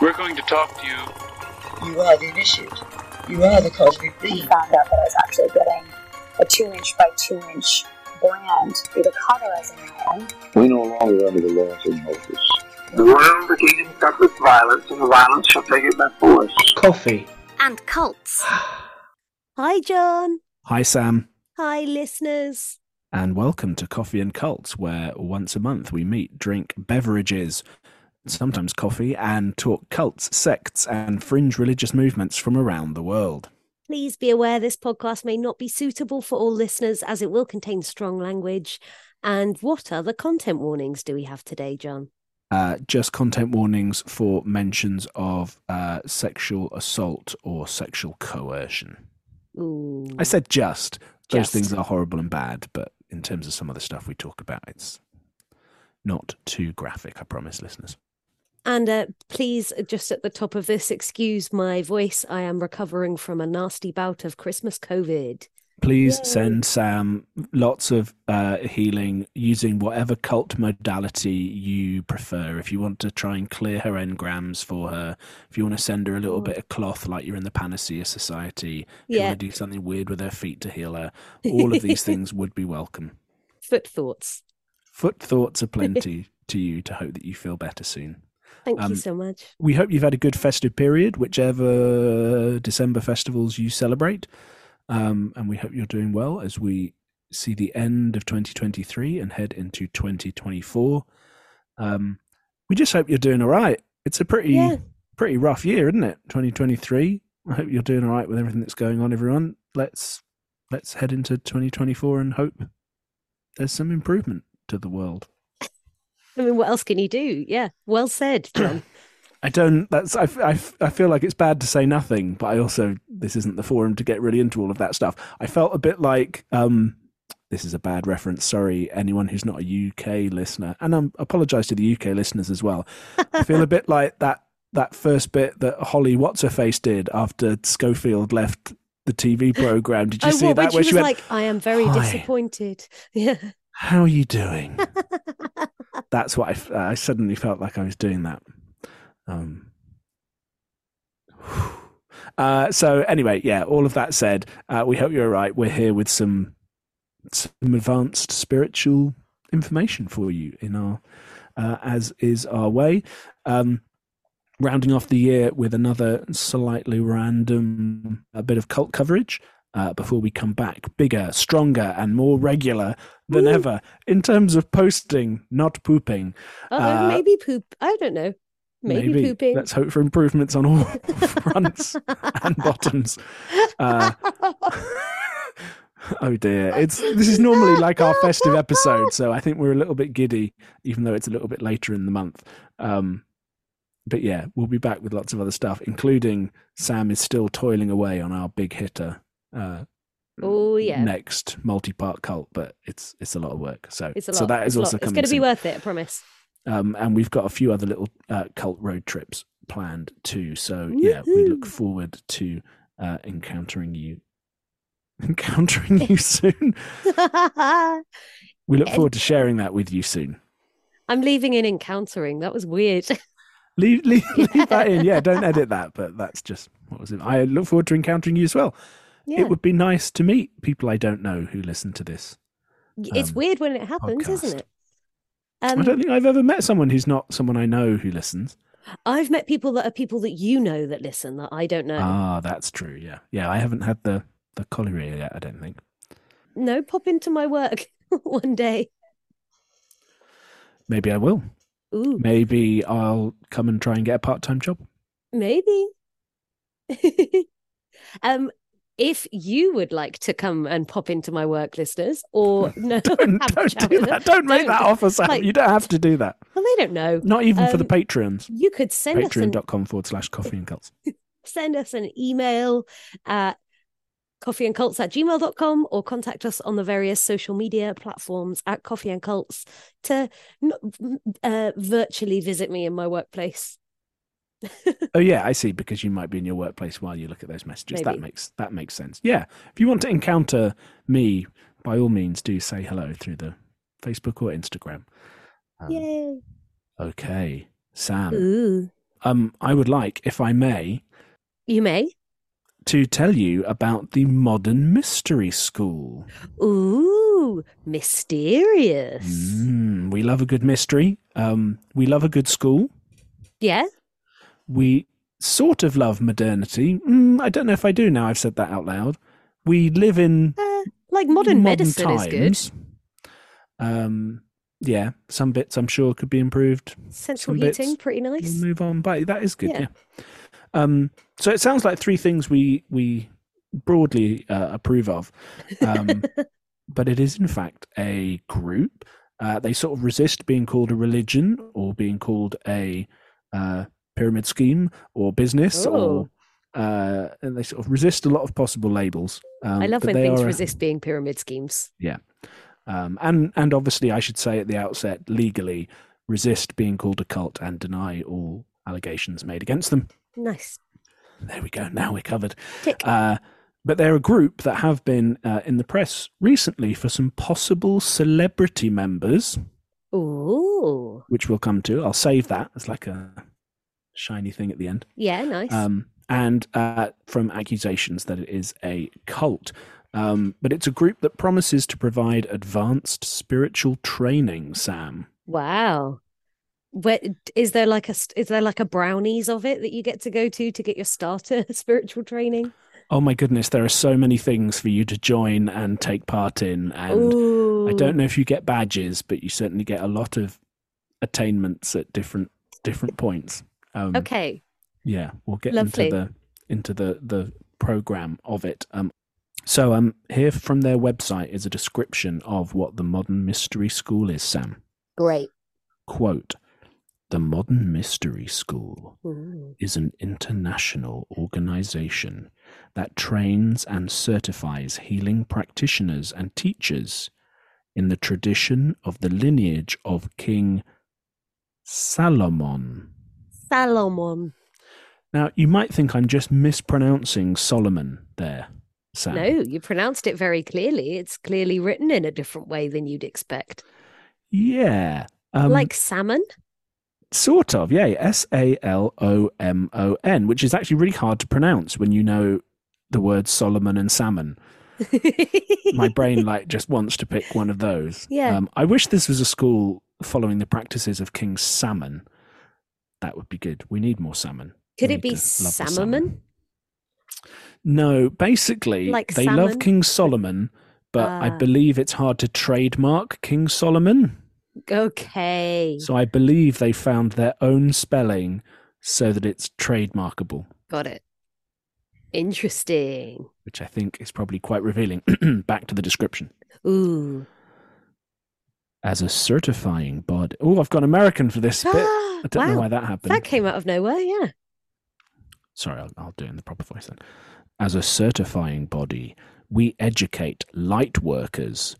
We're going to talk to you. You are the initiate. You are the cosmic and being. found out that I was actually getting a two inch by two inch brand through the cauterizing iron. We no longer under the laws of Moses. The world again suffers violence, and the violence shall take it by force. Coffee. and cults. Hi, John. Hi, Sam, Hi, listeners. and welcome to Coffee and Cults, where once a month we meet, drink beverages, sometimes coffee, and talk cults, sects, and fringe religious movements from around the world. Please be aware this podcast may not be suitable for all listeners as it will contain strong language. And what other content warnings do we have today, John? Uh, just content warnings for mentions of uh, sexual assault or sexual coercion. Ooh. I said just. Those Just. things are horrible and bad, but in terms of some of the stuff we talk about, it's not too graphic, I promise, listeners. And uh, please, just at the top of this, excuse my voice. I am recovering from a nasty bout of Christmas COVID. Please Yay. send Sam lots of uh, healing using whatever cult modality you prefer. If you want to try and clear her engrams for her, if you want to send her a little bit of cloth like you're in the Panacea Society, if you Yeah, want to do something weird with her feet to heal her, all of these things would be welcome. foot thoughts. Foot thoughts are plenty to you to hope that you feel better soon. Thank Um, you so much. We hope you've had a good festive period, whichever December festivals you celebrate. Um, and we hope you're doing well as we see the end of 2023 and head into 2024. Um, we just hope you're doing all right. It's a pretty Yeah. pretty rough year, isn't it? 2023. I hope you're doing all right with everything that's going on, everyone. Let's let's head into 2024 and hope there's some improvement to the world. I mean, what else can you do? Yeah, well said, John. I don't. That's. I, f- I f- I feel like it's bad to say nothing, but I also this isn't the forum to get really into all of that stuff. I felt a bit like um, this is a bad reference. Sorry, anyone who's not a UK listener, and I am apologise to the UK listeners as well. I feel a bit like that that first bit that Holly What's her face did after Schofield left the TV program. Did you oh, see what, that? when she was went, like, I am very "Hi." disappointed. Yeah. "How are you doing?" That's what I, f- I suddenly felt like I was doing that. Um, uh, so anyway, yeah, all of that said, uh, we hope you're all right. We're here with some some advanced spiritual information for you in our uh, as is our way. Um, rounding off the year with another slightly random a bit of cult coverage. Uh, before we come back, bigger, stronger, and more regular than Woo. ever in terms of posting, not pooping. Although Uh, Oh, maybe poop. I don't know. Maybe, pooping. Let's hope for improvements on all fronts and bottoms. Uh, oh dear, it's this is normally like our festive episode, so I think we're a little bit giddy, even though it's a little bit later in the month. Um, but yeah, we'll be back with lots of other stuff, including Sam is still toiling away on our big hitter. Uh, Oh, yeah. next multi-part cult, but it's it's a lot of work. So It's a lot. so that is it's a lot. also It's coming. going to be soon. worth it, I promise. Um, and we've got a few other little uh, cult road trips planned too. So yeah, we look Woohoo. forward to uh, encountering you, encountering you soon. We look forward to sharing that with you soon. I'm leaving in encountering. That was weird. Leave, leave, leave that in. Yeah, don't edit that. But that's just what was it. I look forward to encountering you as well. yeah. It would be nice to meet people I don't know who listen to this. it's um, weird when it happens, podcast. isn't it? I don't Um, think I've ever met someone who's not someone I know who listens. I've met people that are people that you know that listen that I don't know. Ah, that's true. Yeah, yeah. I haven't had the the cholera yet. I don't think. no, pop into my work one day. Maybe I will. Ooh, Maybe I'll come and try and get a part time job. maybe. um, if you would like to come and pop into my work, listeners, or no, Don't, have a don't chat do with that. them. Don't make that offer, Sam. like- you don't have to do that. Well, they don't know. Not even for the um, Patreons. You could send us an Patreon.com forward slash coffee and cults. send us an email at coffeeandcults at gmail.com or contact us on the various social media platforms at coffee and cults to n- uh, virtually visit me in my workplace Oh yeah, I see. Because you might be in your workplace while you look at those messages. That Maybe. makes that makes sense. Yeah. If you want to encounter me, by all means, do say hello through the Facebook or Instagram. Um, yay Okay, Sam. ooh um, I would like, if I may, You may. to tell you about the Modern Mystery School. Ooh, mysterious. Mm, we love a good mystery. Um, we love a good school. Yeah. We sort of love modernity. Mm, I don't know if I do now. I've said that out loud. We live in Uh, like modern, medicine is times. Um, yeah, some bits I'm sure could be improved. good. Central Some bits heating, pretty nice. We'll move on, but that is good. Yeah. Yeah. Um, so it sounds like three things we we broadly uh, approve of, um, but it is in fact a group. Uh, they sort of resist being called a religion or being called a uh, pyramid scheme or business Oh. or uh, and they sort of resist a lot of possible labels. Um, I love but when they things are a- resist being pyramid schemes. um, and and obviously, I should say at the outset, legally resist being called a cult and deny all allegations made against them. Nice. There we go. Now we're covered. Tick. Uh, but they're a group that have been uh, in the press recently for some possible celebrity members, Ooh. which we'll come to. I'll save that as like a shiny thing at the end. Yeah, nice. Um, and uh, from accusations that it is a cult. Um, but it's a group that promises to provide advanced spiritual training, Sam. wow. Where, is there like a st- is there like a brownies of it that you get to go to to get your starter spiritual training? Oh my goodness, there are so many things for you to join and take part in. And Ooh. I don't know if you get badges, but you certainly get a lot of attainments at different different points. Um, Okay. Yeah, we'll get Lovely. into the into the the program of it. Um, so um, here from their website is a description of what the modern mystery school is. Sam, Great. quote: "The modern mystery school Ooh. is an international organization that trains and certifies healing practitioners and teachers in the tradition of the lineage of King Salomon." Salomon. Now, you might think I'm just mispronouncing Solomon there, Sam. No, you pronounced it very clearly. It's clearly written in a different way than you'd expect. Yeah. Um, like salmon. sort of, yeah. S A L O M O N, which is actually really hard to pronounce when you know the words Solomon and salmon. My brain like just wants to pick one of those. Yeah. Um, I wish this was a school following the practices of King Salmon. That would be good. We need more salmon. Could We it need be to love the salmon? No, basically, Like they salmon? love King Solomon, but I Ah. believe it's hard to trademark King Solomon. Okay. So I believe they found their own spelling so that it's trademarkable, Got it. Interesting. which I think is probably quite revealing. Back to the description. Ooh. As a certifying body. Oh, I've gone American for this bit. I don't know wow. why that happened. That came out of nowhere, yeah. Sorry, I'll, I'll do it in the proper voice then. As a certifying body, we educate light workers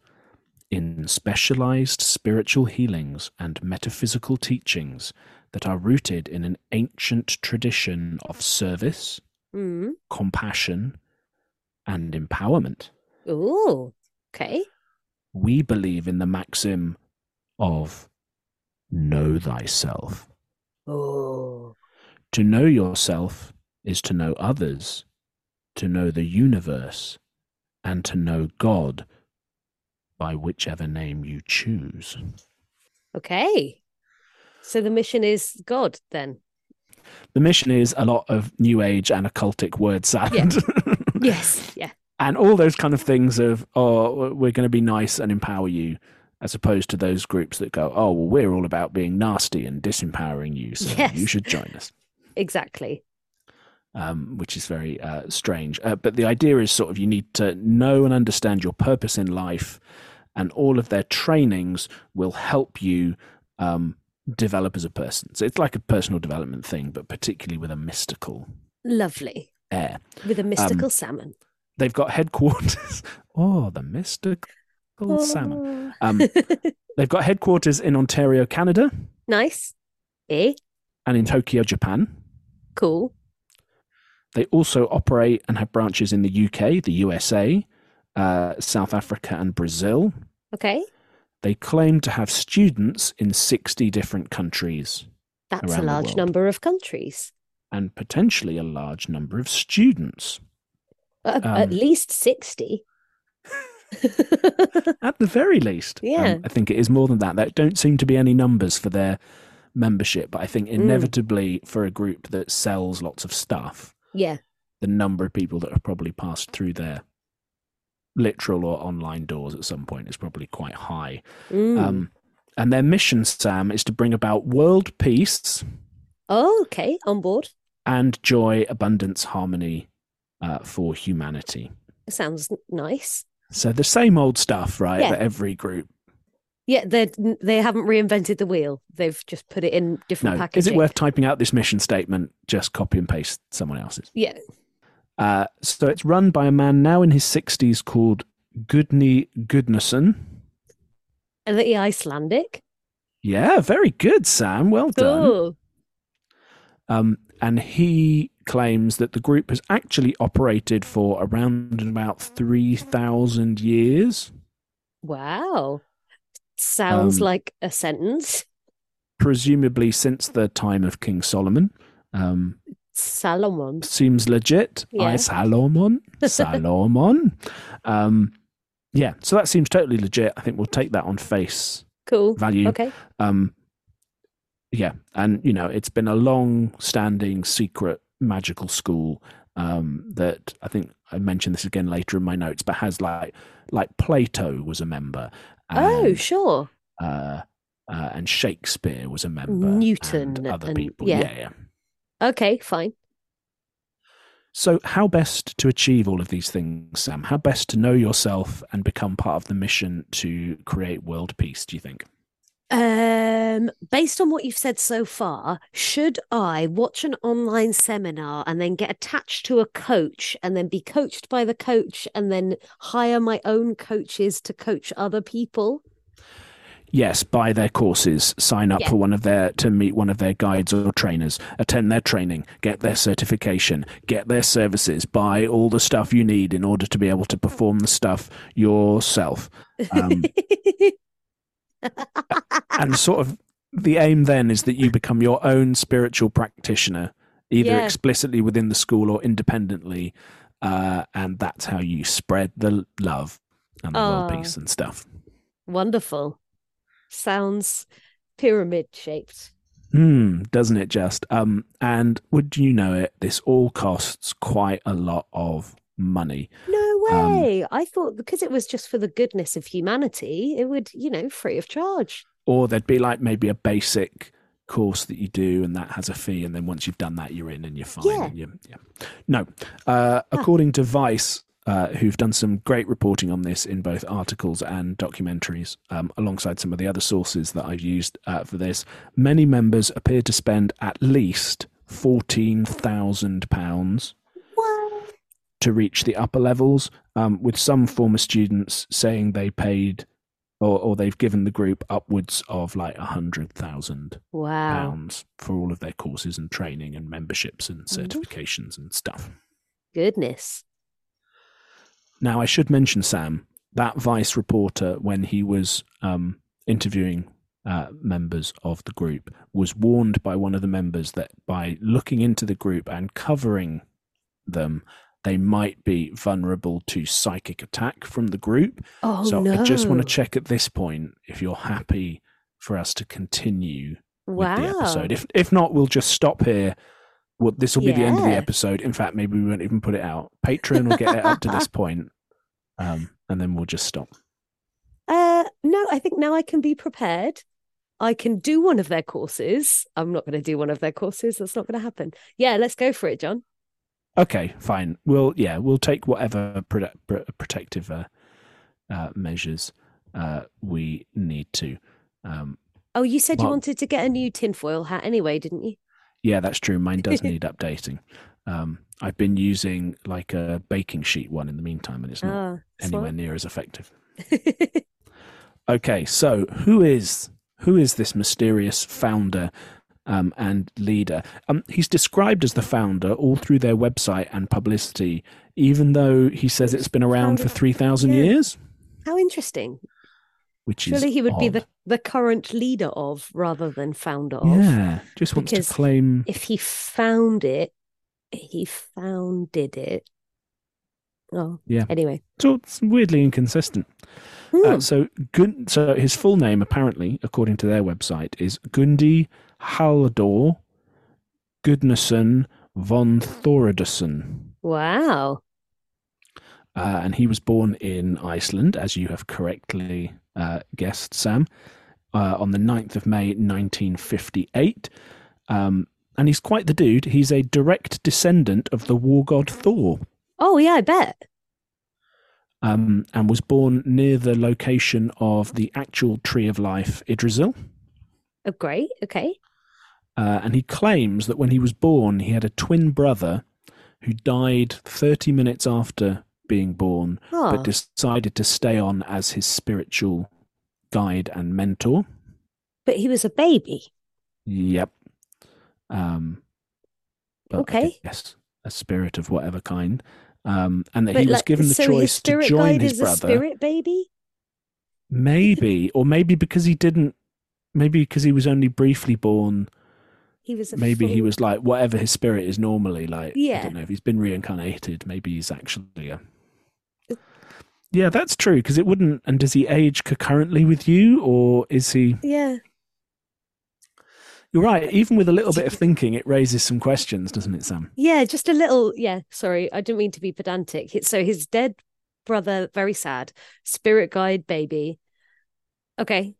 in specialized spiritual healings and metaphysical teachings that are rooted in an ancient tradition of service, Mm. compassion, and empowerment. Ooh. Okay. We believe in the maxim of know thyself. Oh. To know yourself is to know others, to know the universe, and to know God by whichever name you choose. Okay. So the mission is God then. The mission is a lot of New Age and occultic word salad. Yes. Yeah. and all those kind of things of, oh, we're going to be nice and empower you, as opposed to those groups that go, oh, well, we're all about being nasty and disempowering you, so Yes. you should join us. Exactly. um, which is very uh, strange. Uh, but the idea is sort of you need to know and understand your purpose in life, and all of their trainings will help you um, develop as a person. So it's like a personal development thing, but particularly with a mystical Lovely. air. With a mystical salmon. They've got headquarters. oh, the mystical salmon. Um, Oh. they've got headquarters in Ontario, Canada, nice. Eh? and in Tokyo, Japan. Cool. They also operate and have branches in the UK, the USA, uh, South Africa, and Brazil. Okay. They claim to have students in 60 different countries. That's a around the large world. number of countries. and potentially a large number of students. A- Um, at least 60. At the very least, Um, Yeah. I think it is more than that. There don't seem to be any numbers for their membership, but I think inevitably for a group that sells lots of stuff, yeah. the number of people that have probably passed through their literal or online doors at some point is probably quite high. Mm. Um, and their mission, Sam, is to bring about world peace oh, okay. On board. and joy, abundance, harmony uh, for humanity. Sounds n- nice. So the same old stuff, right? Yeah. That every group. Yeah, they they haven't reinvented the wheel. They've just put it in different No, packaging. is it worth typing out this mission statement? Just copy and paste someone else's. Yeah. Uh, so it's run by a man now in his sixties called Gudni Gudnason. Are they Icelandic? Yeah, very good, Sam. Well done. Cool. Um, and he claims that the group has actually operated for around about 3,000 years, Wow. Sounds Um, like a sentence. presumably since the time of King Solomon. Um, Salomon. seems legit. Yeah. I Salomon. Salomon. um, yeah, so that seems totally legit. I think we'll take that on face Cool. value. Okay. Um, yeah, and you know, it's been a long-standing secret magical school um, that I think I mentioned this again later in my notes, but has like like Plato was a member. And, Oh, sure. uh, uh, and Shakespeare was a member. Newton and other and- people. yeah. yeah, yeah. Okay, fine. So, how best to achieve all of these things, Sam? How best to know yourself and become part of the mission to create world peace? Do you think? Um, based on what you've said so far, should I watch an online seminar and then get attached to a coach and then be coached by the coach and then hire my own coaches to coach other people? Yes, buy their courses, sign up Yeah. for one of their to meet one of their guides or trainers, attend their training, get their certification, get their services, buy all the stuff you need in order to be able to perform the stuff yourself. Um, and sort of the aim then is that you become your own spiritual practitioner, either Yeah. explicitly within the school or independently, uh, and that's how you spread the love and the world Aw. peace and stuff. Wonderful. Sounds pyramid shaped. Hmm, doesn't it just? Um, and would you know it? This all costs quite a lot of money. No Um, way. I thought because it was just for the goodness of humanity, it would, you know, free of charge. Or there'd be like maybe a basic course that you do, and that has a fee. And then once you've done that, you're in and you're fine. Yeah. And you, yeah. No. Uh, according to Vice, uh, who've done some great reporting on this in both articles and documentaries, um, alongside some of the other sources that I've used uh, for this, many members appear to spend at least fourteen thousand pounds What? to reach the upper levels, um, with some former students saying they paid or, or they've given the group upwards of like a hundred thousand Wow. pounds for all of their courses and training and memberships and Mhm. certifications and stuff. Goodness. Now, I should mention, Sam, that Vice reporter, when he was um, interviewing uh, members of the group, was warned by one of the members that by looking into the group and covering them, they might be vulnerable to psychic attack from the group. Oh so no. I just want to check at this point if you're happy for us to continue wow. with the episode. If if not, we'll just stop here. Well, this will be the end of the Yeah. episode. In fact, maybe we won't even put it out. Patreon will get it up to this point, um, and then we'll just stop. Uh, no, I think now I can be prepared. I can do one of their courses. I'm not going to do one of their courses. That's not going to happen. Yeah, let's go for it, John. Okay, fine. We'll yeah, we'll take whatever prote- pro- protective uh, uh, measures uh, we need to. Um, Oh, you said you Well- wanted to get a new tinfoil hat anyway, didn't you? yeah, that's true. Mine does need updating. Um, I've been using like a baking sheet one in the meantime, and it's not Ah, anywhere smart. near as effective. Okay, so who is who is this mysterious founder um, and leader? Um, he's described as the founder all through their website and publicity, even though he says it's been around for Founded- three thousand yeah. years. How interesting. which is Surely he would be odd. the, the current leader of rather than founder of. yeah. Just wants because to claim. If he found it, he founded it. Oh, Yeah. Anyway, So it's weirdly inconsistent. Hmm. Uh, so Gun- so his full name apparently, according to their website, is Gundi Halldor Gudnason von Thorodusson. wow. Uh, and he was born in Iceland, as you have correctly uh, guessed, Sam, uh, on the 9th of May 1958. Um, and he's quite the dude. He's a direct descendant of the war god Thor. Oh yeah, I bet. um, and was born near the location of the actual Tree of Life, Idrisil. Oh, great. Okay. Uh, and he claims that when he was born, he had a twin brother who died 30 minutes after being born, Oh, but decided to stay on as his spiritual guide and mentor. but he was a baby. Yep. Um, but I Okay. guess a spirit of whatever kind. Um, and that but he was like, given the so his choice to spirit join guide his is brother. a spirit baby. Maybe, or maybe because he didn't, maybe because he was only briefly born. He was. A Maybe he full- was like whatever his spirit is normally like. I Yeah. don't know if he's been reincarnated. Maybe he's actually a. Yeah, that's true. Because it wouldn't. And does he age concurrently with you, or is he? Yeah. You're right. Even with a little bit of thinking, it raises some questions, doesn't it, Sam? Yeah, just a little. Yeah, sorry, I didn't mean to be pedantic. He- So his dead brother, very sad, spirit guide baby. Okay,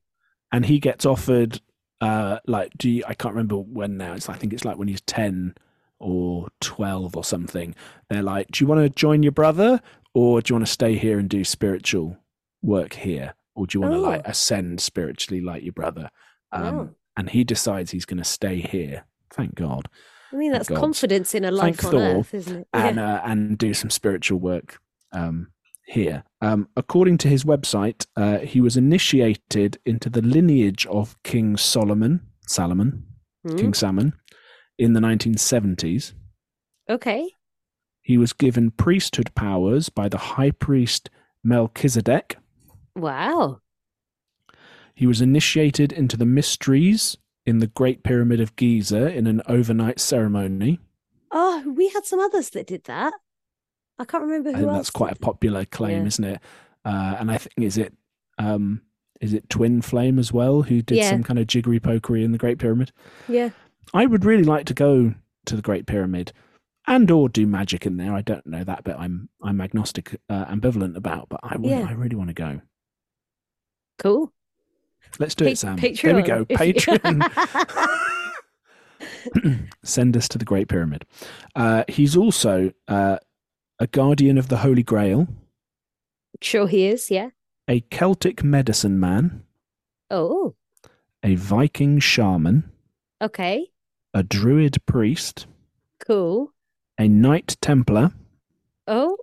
And he gets offered, uh, like, do you, I can't remember when now. It's I think it's like when he's ten or twelve or something. They're like, do you want to join your brother, or do you want to stay here and do spiritual work here, or do you want to Oh. like ascend spiritually like your brother? Um, Wow. And he decides he's going to stay here. Thank God. I mean that's God. confidence in a life Thank on Thor. earth, isn't it? and uh, and do some spiritual work um, here. Um, according to his website, uh, he was initiated into the lineage of King Solomon, Salomon, Hmm, King Salmon, in the 1970s. Okay, He was given priesthood powers by the high priest Melchizedek. wow, He was initiated into the mysteries in the Great Pyramid of Giza in an overnight ceremony. oh, we had some others that did that. I can't remember who I think else. that's quite a did- popular claim, Yeah. isn't it? Uh, and I think is it um, is it Twin Flame as well who did Yeah. some kind of jiggery pokery in the Great Pyramid? Yeah, I would really like to go to the Great Pyramid and or do magic in there. I don't know that bit. I'm I'm agnostic, uh, ambivalent about, but I would, Yeah. I really want to go. cool. Let's do Pa- it, Sam. There we Patreon, go. if you- Patreon. Send us to the Great Pyramid. Uh, he's also uh, a guardian of the Holy Grail, Sure, he is. Yeah. a Celtic medicine man. Oh, a Viking shaman, okay, a druid priest, cool. a knight templar, Oh,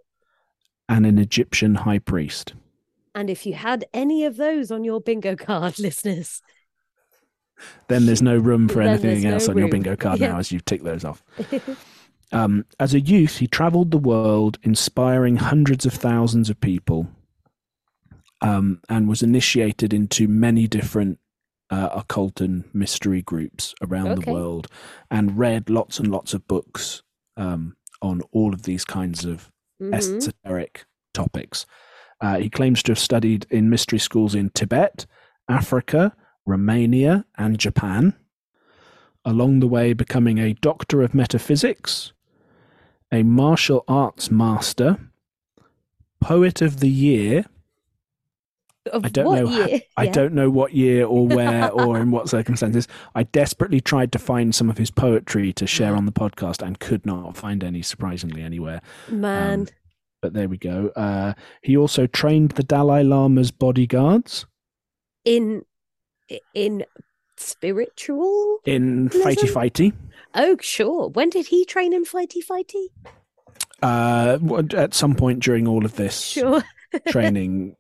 and an Egyptian high priest. and if you had any of those on your bingo card, listeners, Then there's no room for Then anything there's no else on your room. bingo card Yeah. now as you've ticked those off. Um, as a youth, he traveled the world, inspiring hundreds of thousands of people, um, and was initiated into many different uh, occult and mystery groups around the Okay. world, and read lots and lots of books um, on all of these kinds of Mhm. esoteric topics. Uh, he claims to have studied in mystery schools in Tibet, Africa, Romania, and Japan. Along the way, becoming a doctor of metaphysics, a martial arts master, poet of the year. Of I don't what know. ho- year? I Yeah. don't know what year or where or in what circumstances. I desperately tried to find some of his poetry to share on the podcast and could not find any, surprisingly, anywhere. Man, Um, but there we go. Uh, he also trained the Dalai Lama's bodyguards in in spiritual. in Listen. fighty fighty Oh, sure. When did he train in fighty fighty? uh, w- at some point during all of this Sure. training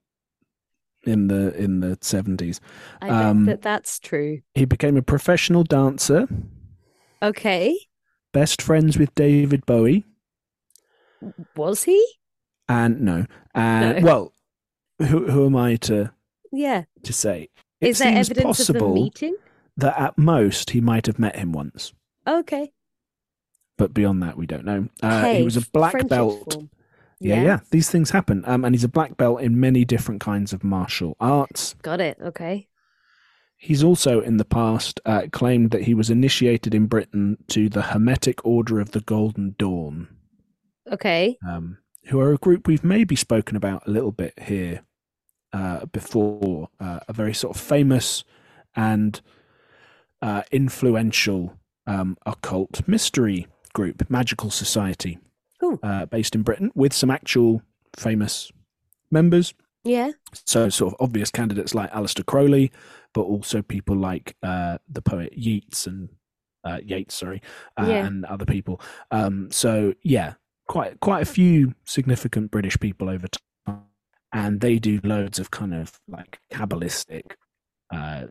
in the in the seventies. I Um, bet that that's true. He became a professional dancer, Okay. best friends with David Bowie, Was he? and no, uh, and No. well, who who am I to Yeah. to say. It Is there seems evidence of possible them meeting? that at most he might have met him once, Okay. but beyond that, we don't know. Uh, Hey, he was a black friendship belt. form. Yeah, yeah, These things happen. Um, and he's a black belt in many different kinds of martial arts. Got it. Okay. He's also, in the past, uh, claimed that he was initiated in Britain to the Hermetic Order of the Golden Dawn, Okay. um, who are a group we've maybe spoken about a little bit here uh, before. Uh, a very sort of famous and uh, influential um, occult mystery group, magical society, Cool. uh, based in Britain, with some actual famous members. Yeah. So, sort of obvious candidates like Alistair Crowley, but also people like uh, the poet Yeats and uh, Yates, sorry, uh, Yeah. and other people. Um, so, yeah, quite quite a few significant British people over time, and they do loads of kind of like kabbalistic. Uh,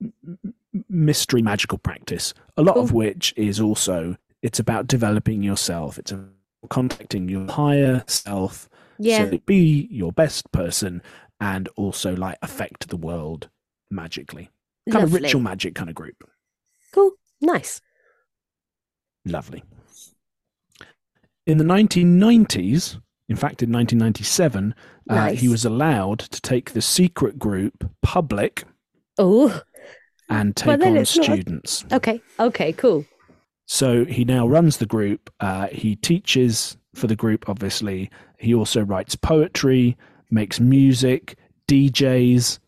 m- m- mystery magical practice a lot of Cool. which is also it's about developing yourself it's about contacting your higher self Yeah. so be your best person and also like affect the world magically. Lovely. Kind of ritual magic kind of group. Cool. Nice. Lovely. In the 1990s, in fact, in 1997, uh, Nice. he was allowed to take the secret group public Oh. and Well, take then on it's not a- students. Okay. Okay. Cool. So he now runs the group. Uh, he teaches for the group, obviously. He also writes poetry, makes music, DJs,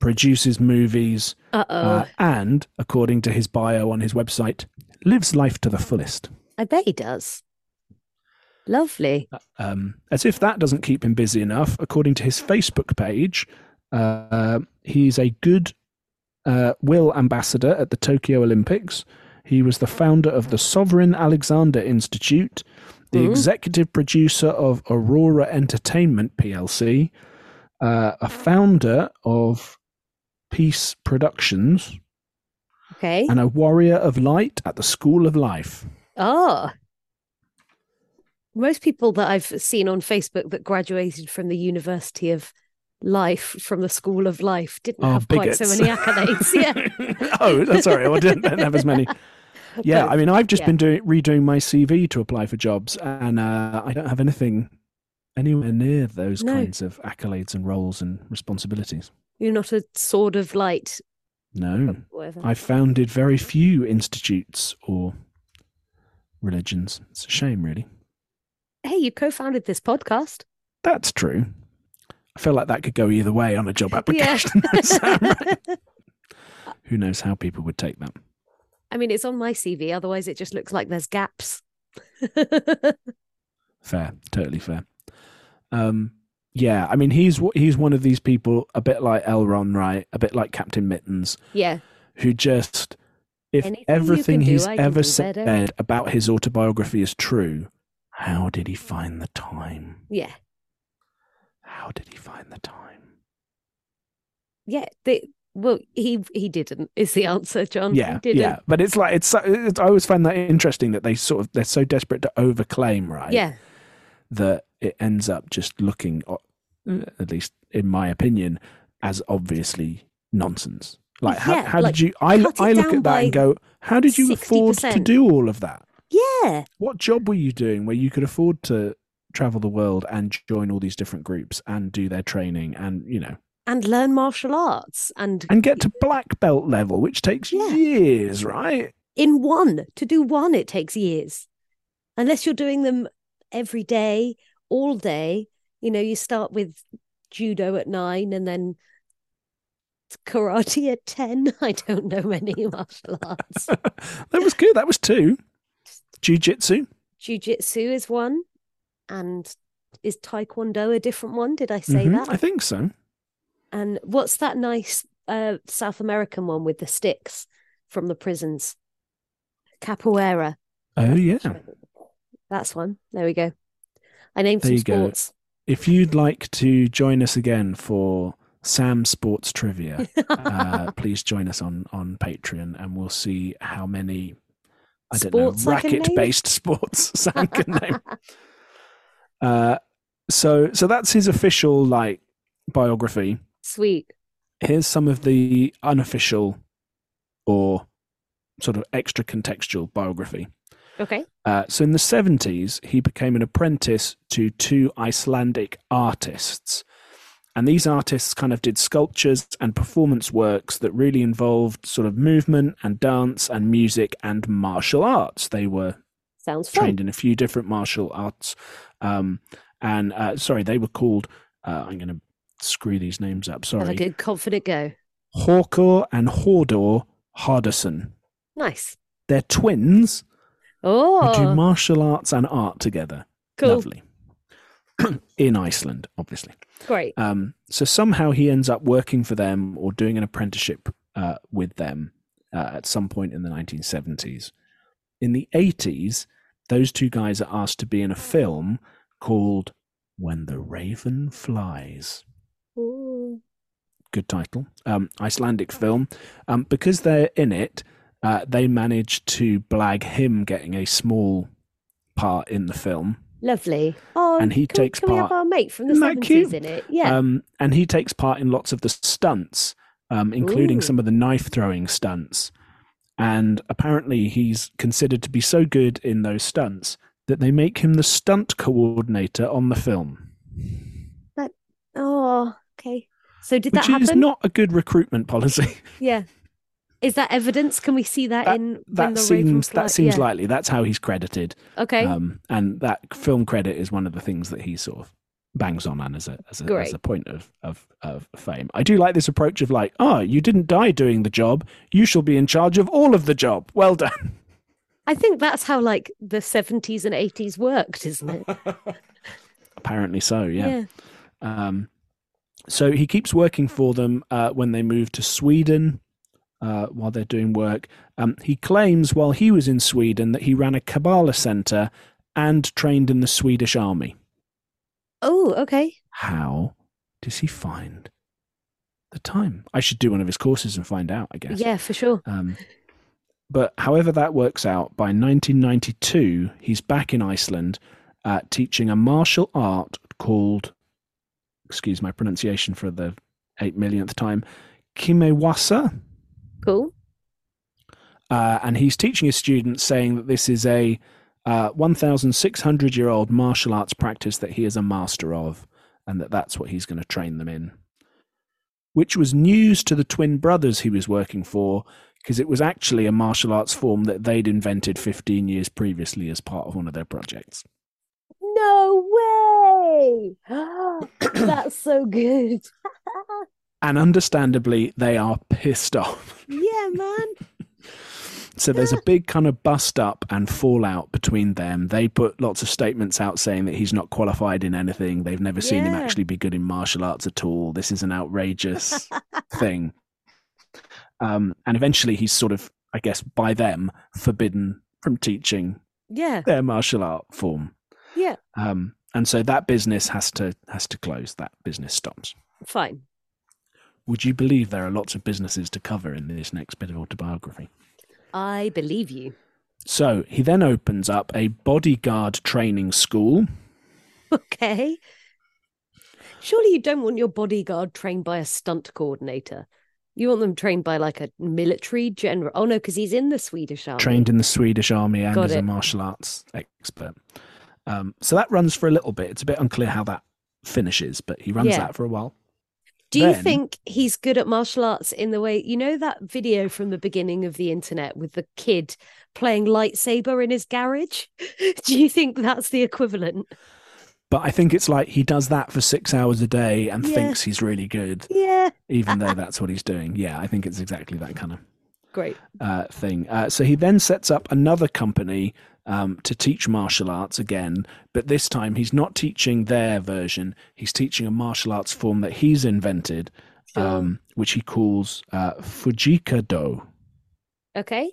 produces movies, Uh oh. uh, and, according to his bio on his website, lives life to the fullest. I bet he does. Lovely. Um, as if that doesn't keep him busy enough, according to his Facebook page, uh, he's a good uh, will ambassador at the Tokyo Olympics. He was the founder of the Sovereign Alexander Institute, the Mhm. executive producer of Aurora Entertainment PLC, uh, a founder of Peace Productions, Okay. and a warrior of light at the School of Life. Oh. Most people that I've seen on Facebook that graduated from the University of Life, from the School of Life, didn't Oh, have quite so bigots. many accolades. Yeah. oh, that's sorry. I didn't, didn't have as many. Yeah, But I mean, I've just yeah. been doing redoing my CV to apply for jobs, and uh, I don't have anything anywhere near those No. kinds of accolades and roles and responsibilities. you're not a sword of light, No, whatever. Hmm. I founded very few institutes or religions. It's a shame, really. Hey, you co founded this podcast. That's true. I feel like that could go either way on a job Yeah. application. Who knows how people would take that? I mean, it's on my CV, otherwise, it just looks like there's gaps. Fair, totally fair. Um, yeah, I mean, he's w- he's one of these people, a bit like Elron, right? A bit like Captain Mittens, yeah. who just if Anything you can everything do, he's I can ever do said better. about his autobiography is true, how did he find the time? Yeah. How did he find the time? Yeah. They, well, he he didn't, is the answer, John. He yeah, didn't. yeah, but it's like it's, so- it's. I always find that interesting that they sort of they're so desperate to overclaim, right? Yeah. that it ends up just looking, o- Mm. at least in my opinion, as obviously nonsense. Like how, Yeah, how like, did you? I cut look- it I down look at that and by go, how did you afford to 60%. do all of that? Yeah. What job were you doing where you could afford to travel the world and join all these different groups and do their training and you know And learn martial arts and and get to black belt level, which takes Yeah. years, right? in one to do one it takes years unless you're doing them every day all day you know you start with judo at nine and then karate at 10 i don't know many martial arts that was good. That was two. Jiu-jitsu. jiu-jitsu is one and is taekwondo a different one did i say Mhm, that I think so. and what's that nice uh south american one with the sticks from the prisons capoeira Oh yeah. That's one. There we go. I named There some you go. sports. if you'd like to join us again for Sam Sports Trivia, uh, please join us on on Patreon, and we'll see how many I don't Sports know I can name? racket based sports Sam can name. Uh, so so that's his official like biography. Sweet. here's some of the unofficial or sort of extra contextual biography. Okay. Uh, so in the 70s, he became an apprentice to two Icelandic artists. And these artists kind of did sculptures and performance works that really involved sort of movement and dance and music and martial arts. They were Sounds fun. trained in a few different martial arts. Um, and uh, sorry, they were called, uh, I'm going to screw these names up, Have a sorry. good confident go. Hawkor and Hordor Hardison. Nice. They're twins who do Oh, martial arts and art together. cool. Lovely. In Iceland, obviously. Great. Um, so somehow he ends up working for them or doing an apprenticeship uh, with them uh, at some point in the 1970s. In the 80s, those two guys are asked to be in a film called When the Raven Flies. Ooh. good title, um, Icelandic film. Um, because they're in it, uh, they managed to blag him getting a small part in the film. Lovely. Oh, And he can we- takes can we have part- our mate from the Isn't that 70s cute? in it? Yeah. Um, and he takes part in lots of the stunts, um, including Ooh. some of the knife throwing stunts. And apparently, he's considered to be so good in those stunts that they make him the stunt coordinator on the film, oh, okay. So did which that is happen? not a good recruitment policy. yeah. Is that evidence? Can we see that, That- in in that the seems Ravenfly? that seems Yeah. likely. That's how he's credited. okay. Um, and that film credit is one of the things that he sort of bangs on and as a as a, as a Great. point of, of of fame. I do like this approach of like, oh, you didn't die doing the job. You shall be in charge of all of the job. Well done. I think that's how like the 70s and 80s worked, isn't it? Apparently so. Yeah. Um, so he keeps working for them uh, when they move to Sweden. Uh, while they're doing work, um, he claims while he was in Sweden that he ran a Kabbalah center and trained in the Swedish army. Oh, okay. how does he find the time? I should do one of his courses and find out, I guess. Yeah, for sure. Um, but however that works out, by 1992, he's back in Iceland uh, teaching a martial art called, excuse my pronunciation for the eight millionth time, Kimewasa. Cool. Uh, and he's teaching his students, saying that this is a uh, 1,600 year old martial arts practice that he is a master of, and that that's what he's going to train them in. Which was news to the twin brothers he was working for, because it was actually a martial arts form that they'd invented 15 years previously as part of one of their projects. No way. that's so good. And understandably, they are pissed off. yeah, man. So there's a big kind of bust up and fallout between them. They put lots of statements out saying that he's not qualified in anything. They've never seen him Yeah. actually be good in martial arts at all. This is an outrageous thing. Um, and eventually he's sort of, I guess, by them forbidden from teaching Yeah. their martial art form. Yeah. Um, and so that business has to has to close. That business stops. Fine. Would you believe there are lots of businesses to cover in this next bit of autobiography? I believe you. So he then opens up a bodyguard training school. Okay. Surely you don't want your bodyguard trained by a stunt coordinator. You want them trained by like a military general. Oh no, because he's in the Swedish army. trained in the Swedish army and Oh. Got as it. a martial arts expert. Um, so that runs for a little bit. It's a bit unclear how that finishes, but he runs Yeah. that for a while. Do you then- think he's good at martial arts in the way you know that video from the beginning of the internet with the kid playing lightsaber in his garage? Do you think that's the equivalent? But I think it's like he does that for six hours a day and Yeah. thinks he's really good, Yeah. even though that's what he's doing. Yeah, I think it's exactly that kind of Great. uh, thing. Uh, so he then sets up another company um, to teach martial arts again, but this time he's not teaching their version. He's teaching a martial arts form that he's invented, Sure. um, which he calls uh, Fujika Do. okay.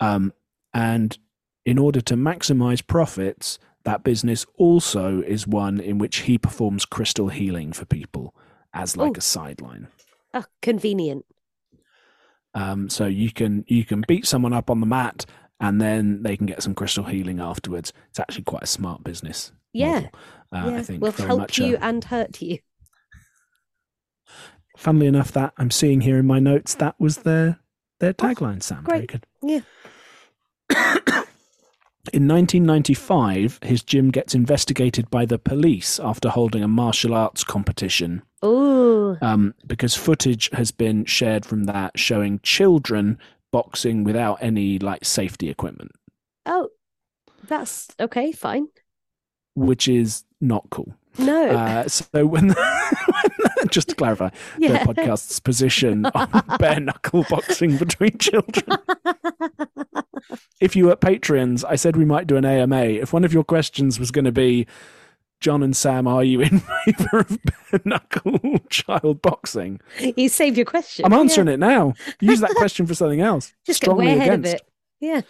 Um, and in order to maximize profits, that business also is one in which he performs crystal healing for people as like Oh. a sideline. Oh, convenient. Um, so you can you can beat someone up on the mat, and then they can get some crystal healing afterwards. It's actually quite a smart business. Yeah. model. Uh, yeah. I think we'll very help much you a, and hurt you. funnily enough, that I'm seeing here in my notes, that was their their tagline, Sam. Very Oh, great. good. Yeah. In 1995, his gym gets investigated by the police after holding a martial arts competition Oh, um, because footage has been shared from that showing children boxing without any like safety equipment, oh, that's okay. Fine. which is not cool. No. Uh, so when, just to clarify, yeah. the podcast's position on bare knuckle boxing between children. if you were patrons, I said we might do an AMA. If one of your questions was going to be, John and Sam, are you in favour of bare knuckle child boxing? you saved your question. I'm Yeah. answering it now. Use that question for something else. Just get strongly way ahead of against. it. Yeah.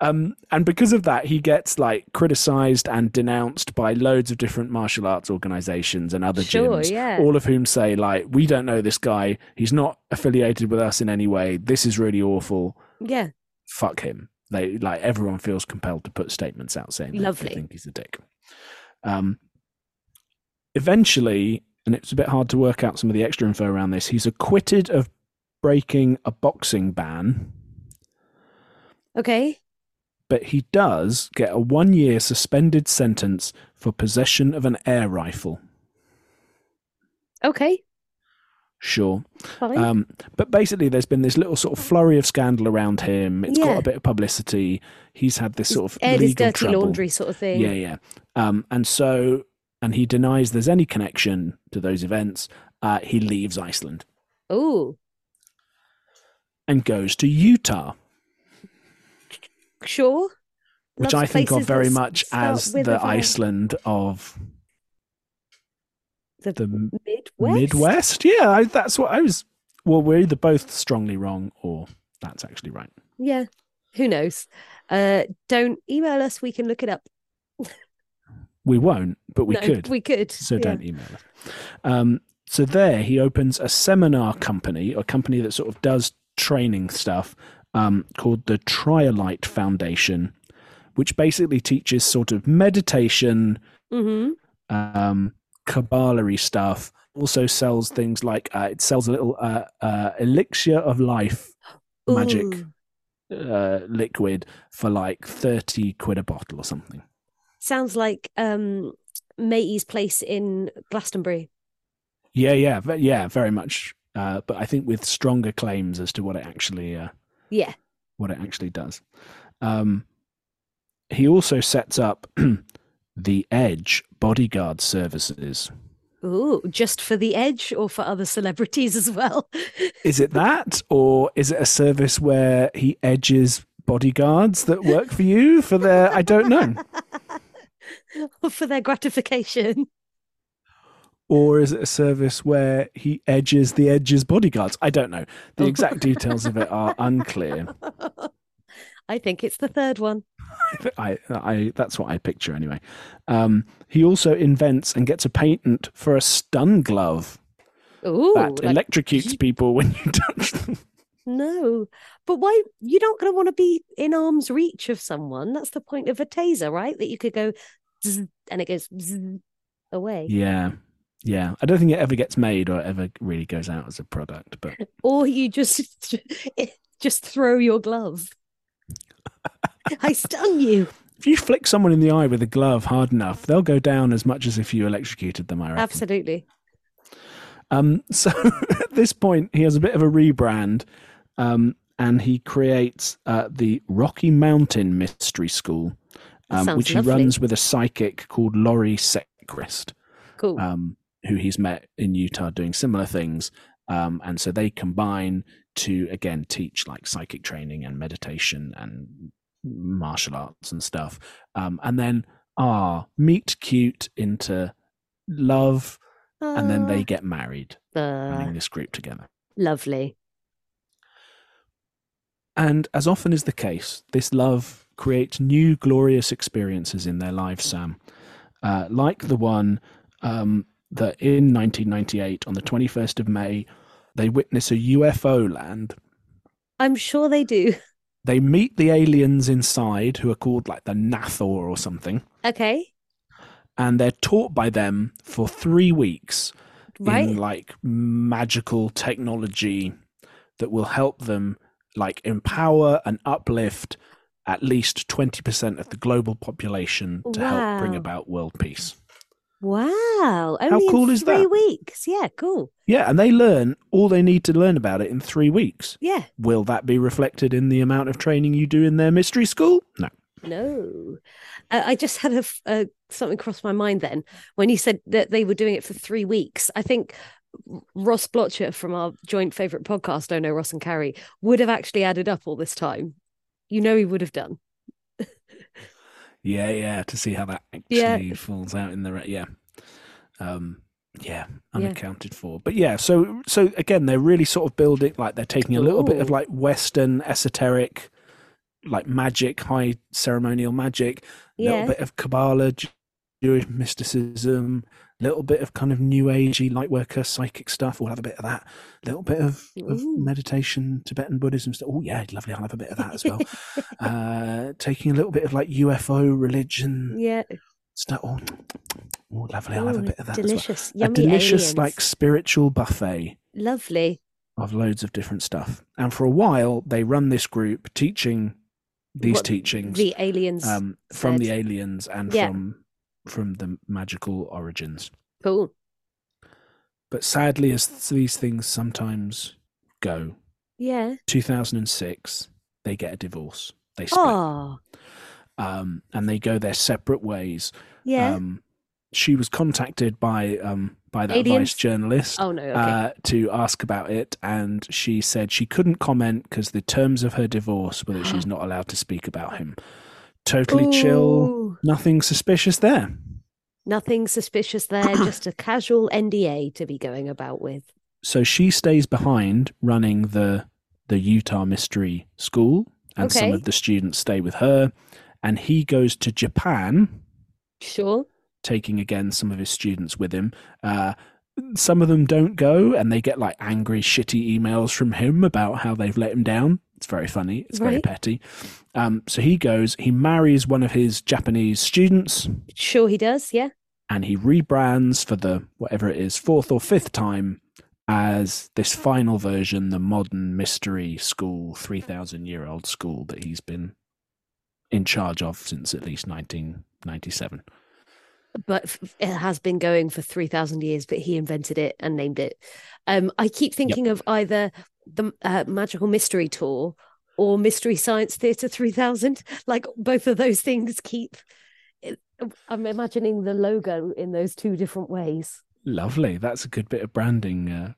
Um, and because of that, he gets like criticised and denounced by loads of different martial arts organisations and other sure. gyms Yeah. all of whom say like we don't know this guy he's not affiliated with us in any way this is really awful yeah. fuck him they like everyone feels compelled to put statements out saying that Lovely. they think he's a dick um eventually and it's a bit hard to work out some of the extra info around this he's acquitted of breaking a boxing ban Okay. but he does get a one year suspended sentence for possession of an air rifle Okay. sure Fine. Um, but basically, there's been this little sort of flurry of scandal around him. It's Yeah. got a bit of publicity. He's had this sort of Ed legal is dirty trouble. laundry sort of thing. Yeah, yeah. Um, and so, and he denies there's any connection to those events. Uh, he leaves Iceland Oh, and goes to Utah, sure. which Lots I think of places very that much start as with the a vowel. Iceland of The the Midwest. Midwest. Yeah, I, that's what I was. Well, we're either both strongly wrong or that's actually right. Yeah. Who knows? Uh, don't email us. We can look it up. We won't, but we No, could. We could. so yeah. don't email us. Um, so there, he opens a seminar company, a company that sort of does training stuff, um, called the Triolite Foundation, which basically teaches sort of meditation, hmm um, Kabbalery stuff. Also sells things like uh, it sells a little uh, uh, elixir of life magic uh, liquid for like thirty quid a bottle or something. Sounds like um, Matey's place in Glastonbury. Yeah, yeah, ve- yeah, very much. Uh, but I think with stronger claims as to what it actually uh, Yeah. what it actually does. Um, he also sets up the Edge bodyguard services. Ooh, just for the edge or for other celebrities as well. Is it that, or is it a service where he edges bodyguards that work for you for their? I don't know. Or for their gratification. Or is it a service where he edges the edges bodyguards? I don't know. The exact details of it are unclear. I think it's the third one. I, I that's what I picture anyway. Um, he also invents and gets a patent for a stun glove Ooh, that like- electrocutes ye- people when you touch them. No, but why? You're not going to want to be in arm's reach of someone. That's the point of a taser, right? That you could go zzz, and it goes zzz, away. Yeah, yeah. I don't think it ever gets made or ever really goes out as a product, but Or you just just throw your glove. I stun you. if you flick someone in the eye with a glove hard enough, they'll go down as much as if you electrocuted them. I reckon. Absolutely. Um, so at this point, he has a bit of a rebrand, um, and he creates uh, the Rocky Mountain Mystery School, um, That sounds which lovely. he runs with a psychic called Laurie Seckrist, Cool. um, who he's met in Utah doing similar things. Um, and so they combine to again teach like psychic training and meditation and martial arts and stuff, um, and then are meet cute into love, and then they get married Ah, running uh, this group together. lovely. And as often is the case, this love creates new glorious experiences in their lives, Sam. Uh, like the one um, that in 1998, on the 21st of May, they witness a UFO land. I'm sure they do. They meet the aliens inside, who are called like the Nathor or something, Okay. and they're taught by them for three weeks Right. in like magical technology that will help them like empower and uplift at least 20% of the global population to help bring Wow. about world peace. Wow. Only cool in is three that? weeks. Yeah, cool. Yeah, and they learn all they need to learn about it in 3 weeks. Yeah. Will that be reflected in the amount of training you do in their mystery school? No. No. Uh, I just had a, f- uh, something cross my mind then when you said that they were doing it for three weeks. I think R- Ross Blotcher from our joint favorite podcast, Oh No, Ross and Carrie, would have actually added up all this time. You know, he would have done. Yeah, yeah, to see how that actually Yeah. falls out in the re- yeah, um, Yeah. yeah, unaccounted for. But yeah, so so again, they're really sort of building like they're taking a little bit of Ooh. like Western esoteric, like magic, high ceremonial magic, a Yeah. little bit of Kabbalah, Ju- Jewish mysticism, little bit of kind of New Agey light worker psychic stuff. We'll have a bit of that, little bit of, of Ooh. meditation, Tibetan Buddhism stuff. Oh yeah, lovely. I'll have a bit of that as well uh, taking a little bit of like UFO religion Yeah. stuff. Oh, oh, lovely! I'll have a Ooh, bit of that as well. Delicious. A Yummy delicious aliens. like spiritual buffet Lovely. of loads of different stuff. And for a while, they run this group teaching these What teachings The aliens. um, from said. the aliens and Yeah. from from the magical origins. cool. But sadly, as these things sometimes go, Yeah. 2006 they get a divorce. They split, Oh. um, and they go their separate ways. Yeah. um, she was contacted by um, by that Aliens? vice journalist oh no. Okay. uh, to ask about it, and she said she couldn't comment because the terms of her divorce were that she's not allowed to speak about him. Totally chill, Ooh. nothing suspicious there. Nothing suspicious there. just a casual NDA to be going about with. So she stays behind running the the Utah Mystery School, and some Okay. of the students stay with her, and he goes to Japan. Sure. taking again some of his students with him. Uh, some of them don't go, and they get like angry, shitty emails from him about how they've let him down. It's very funny. It's very Right. petty. Um, so he goes. He marries one of his Japanese students, Sure he does. Yeah. and he rebrands for the whatever it is fourth or fifth time as this final version, the modern mystery school, three thousand year old school that he's been in charge of since at least nineteen ninety seven. but f- it has been going for 3000 years but he invented it and named it um i keep thinking of either the uh, magical mystery tour or mystery science theater 3000 like both of those things keep it- i'm imagining the logo in those two different ways Lovely. That's a good bit of branding uh,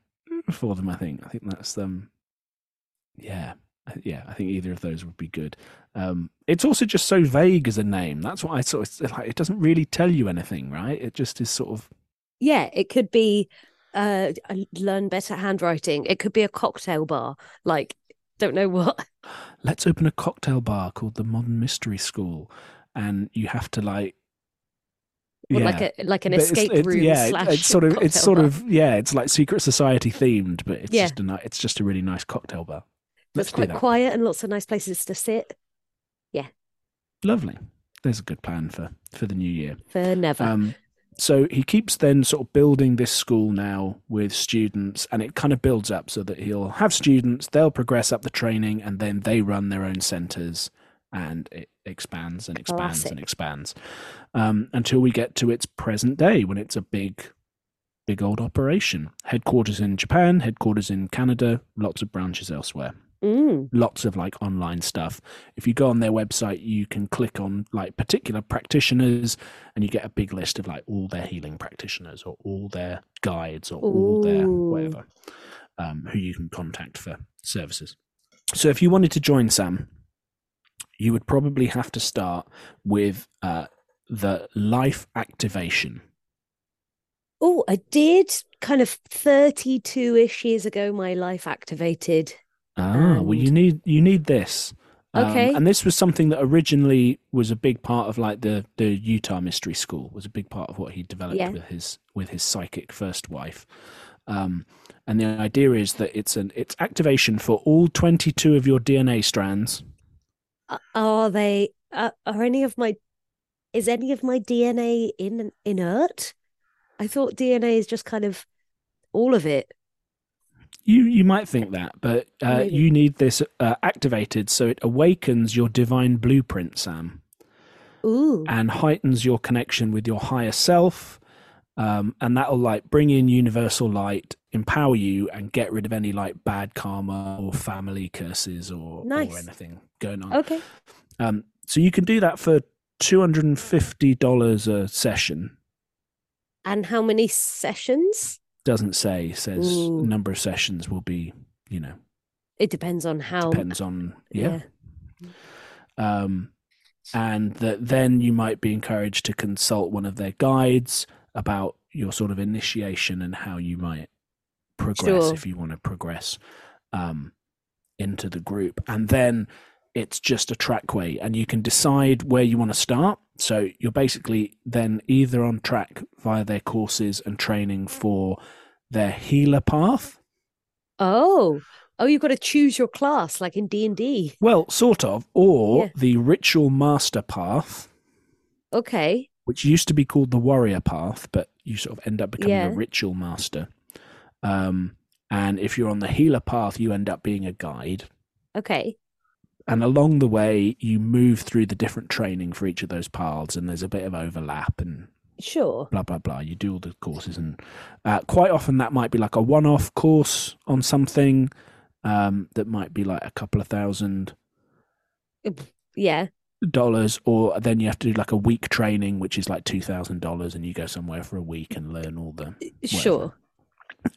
for them. I think. I think that's um, yeah, I- yeah. I think either of those would be good. Um, it's also just so vague as a name. That's what I sort of like. It doesn't really tell you anything, right? It just is sort of yeah it could be uh I learn better handwriting it could be a cocktail bar like don't know what let's open a cocktail bar called the Modern Mystery School, and you have to like. or like a like an But it's- escape it- room yeah, it- slash it's sort of it's cocktail sort bar. of yeah, it's like secret society themed, but it's Yeah. just a ni- it's just a really nice cocktail bar. that's Let's do quite that. quiet and lots of nice places to sit Lovely. There's a good plan for for the new year. for never. Um, so he keeps then sort of building this school now with students, and it kind of builds up so that he'll have students, they'll progress up the training, and then they run their own centers, and it expands and expands Classic. and expands um, until we get to its present day when it's a big, big old operation. Headquarters in Japan, headquarters in Canada, lots of branches elsewhere Mm, lots of like online stuff. If you go on their website, you can click on like particular practitioners and you get a big list of like all their healing practitioners or all their guides or all their Ooh. whatever um, who you can contact for services. So if you wanted to join Sam, you would probably have to start with uh, the life activation. Oh, I did kind of 32 ish years ago, my life activated. Ah, well, you And- need you need this. Um, Okay. and this was something that originally was a big part of like the the Utah Mystery School was a big part of what he developed Yeah. with his with his psychic first wife. Um, and the idea is that it's an it's activation for all twenty two of your DNA strands. A- Are they, uh, are any of my, is any of my DNA in inert? I thought DNA is just kind of all of it. You you might think that, but uh, Maybe. you need this uh, activated so it awakens your divine blueprint, Sam, Ooh. and heightens your connection with your higher self. Um, and that'll like bring in universal light, empower you, and get rid of any like bad karma or family curses or, Nice. Oh. or anything going on. Okay. Um, so you can do that for two hundred and fifty dollars a session. And how many sessions? Doesn't say says Ooh. number of sessions will be you know It depends on how. depends on yeah. Um, and that then you might be encouraged to consult one of their guides about your sort of initiation and how you might progress Sure. if you want to progress um, into the group. And then it's just a trackway, and you can decide where you want to start. So you're basically then either on track via their courses and training for their healer path Oh. Oh, you've got to choose your class, like in D and D. Well, sort of, or Yeah. the ritual master path, Okay. which used to be called the warrior path, but you sort of end up becoming Yeah. a ritual master. Um, and if you're on the healer path, you end up being a guide. Okay. And along the way, you move through the different training for each of those paths, and there's a bit of overlap and Sure. blah blah blah. You do all the courses, and uh, quite often that might be like a one-off course on something um, that might be like a couple of thousand. Yeah. dollars or then you have to do like a week training which is like two thousand dollars and you go somewhere for a week and learn all the Sure.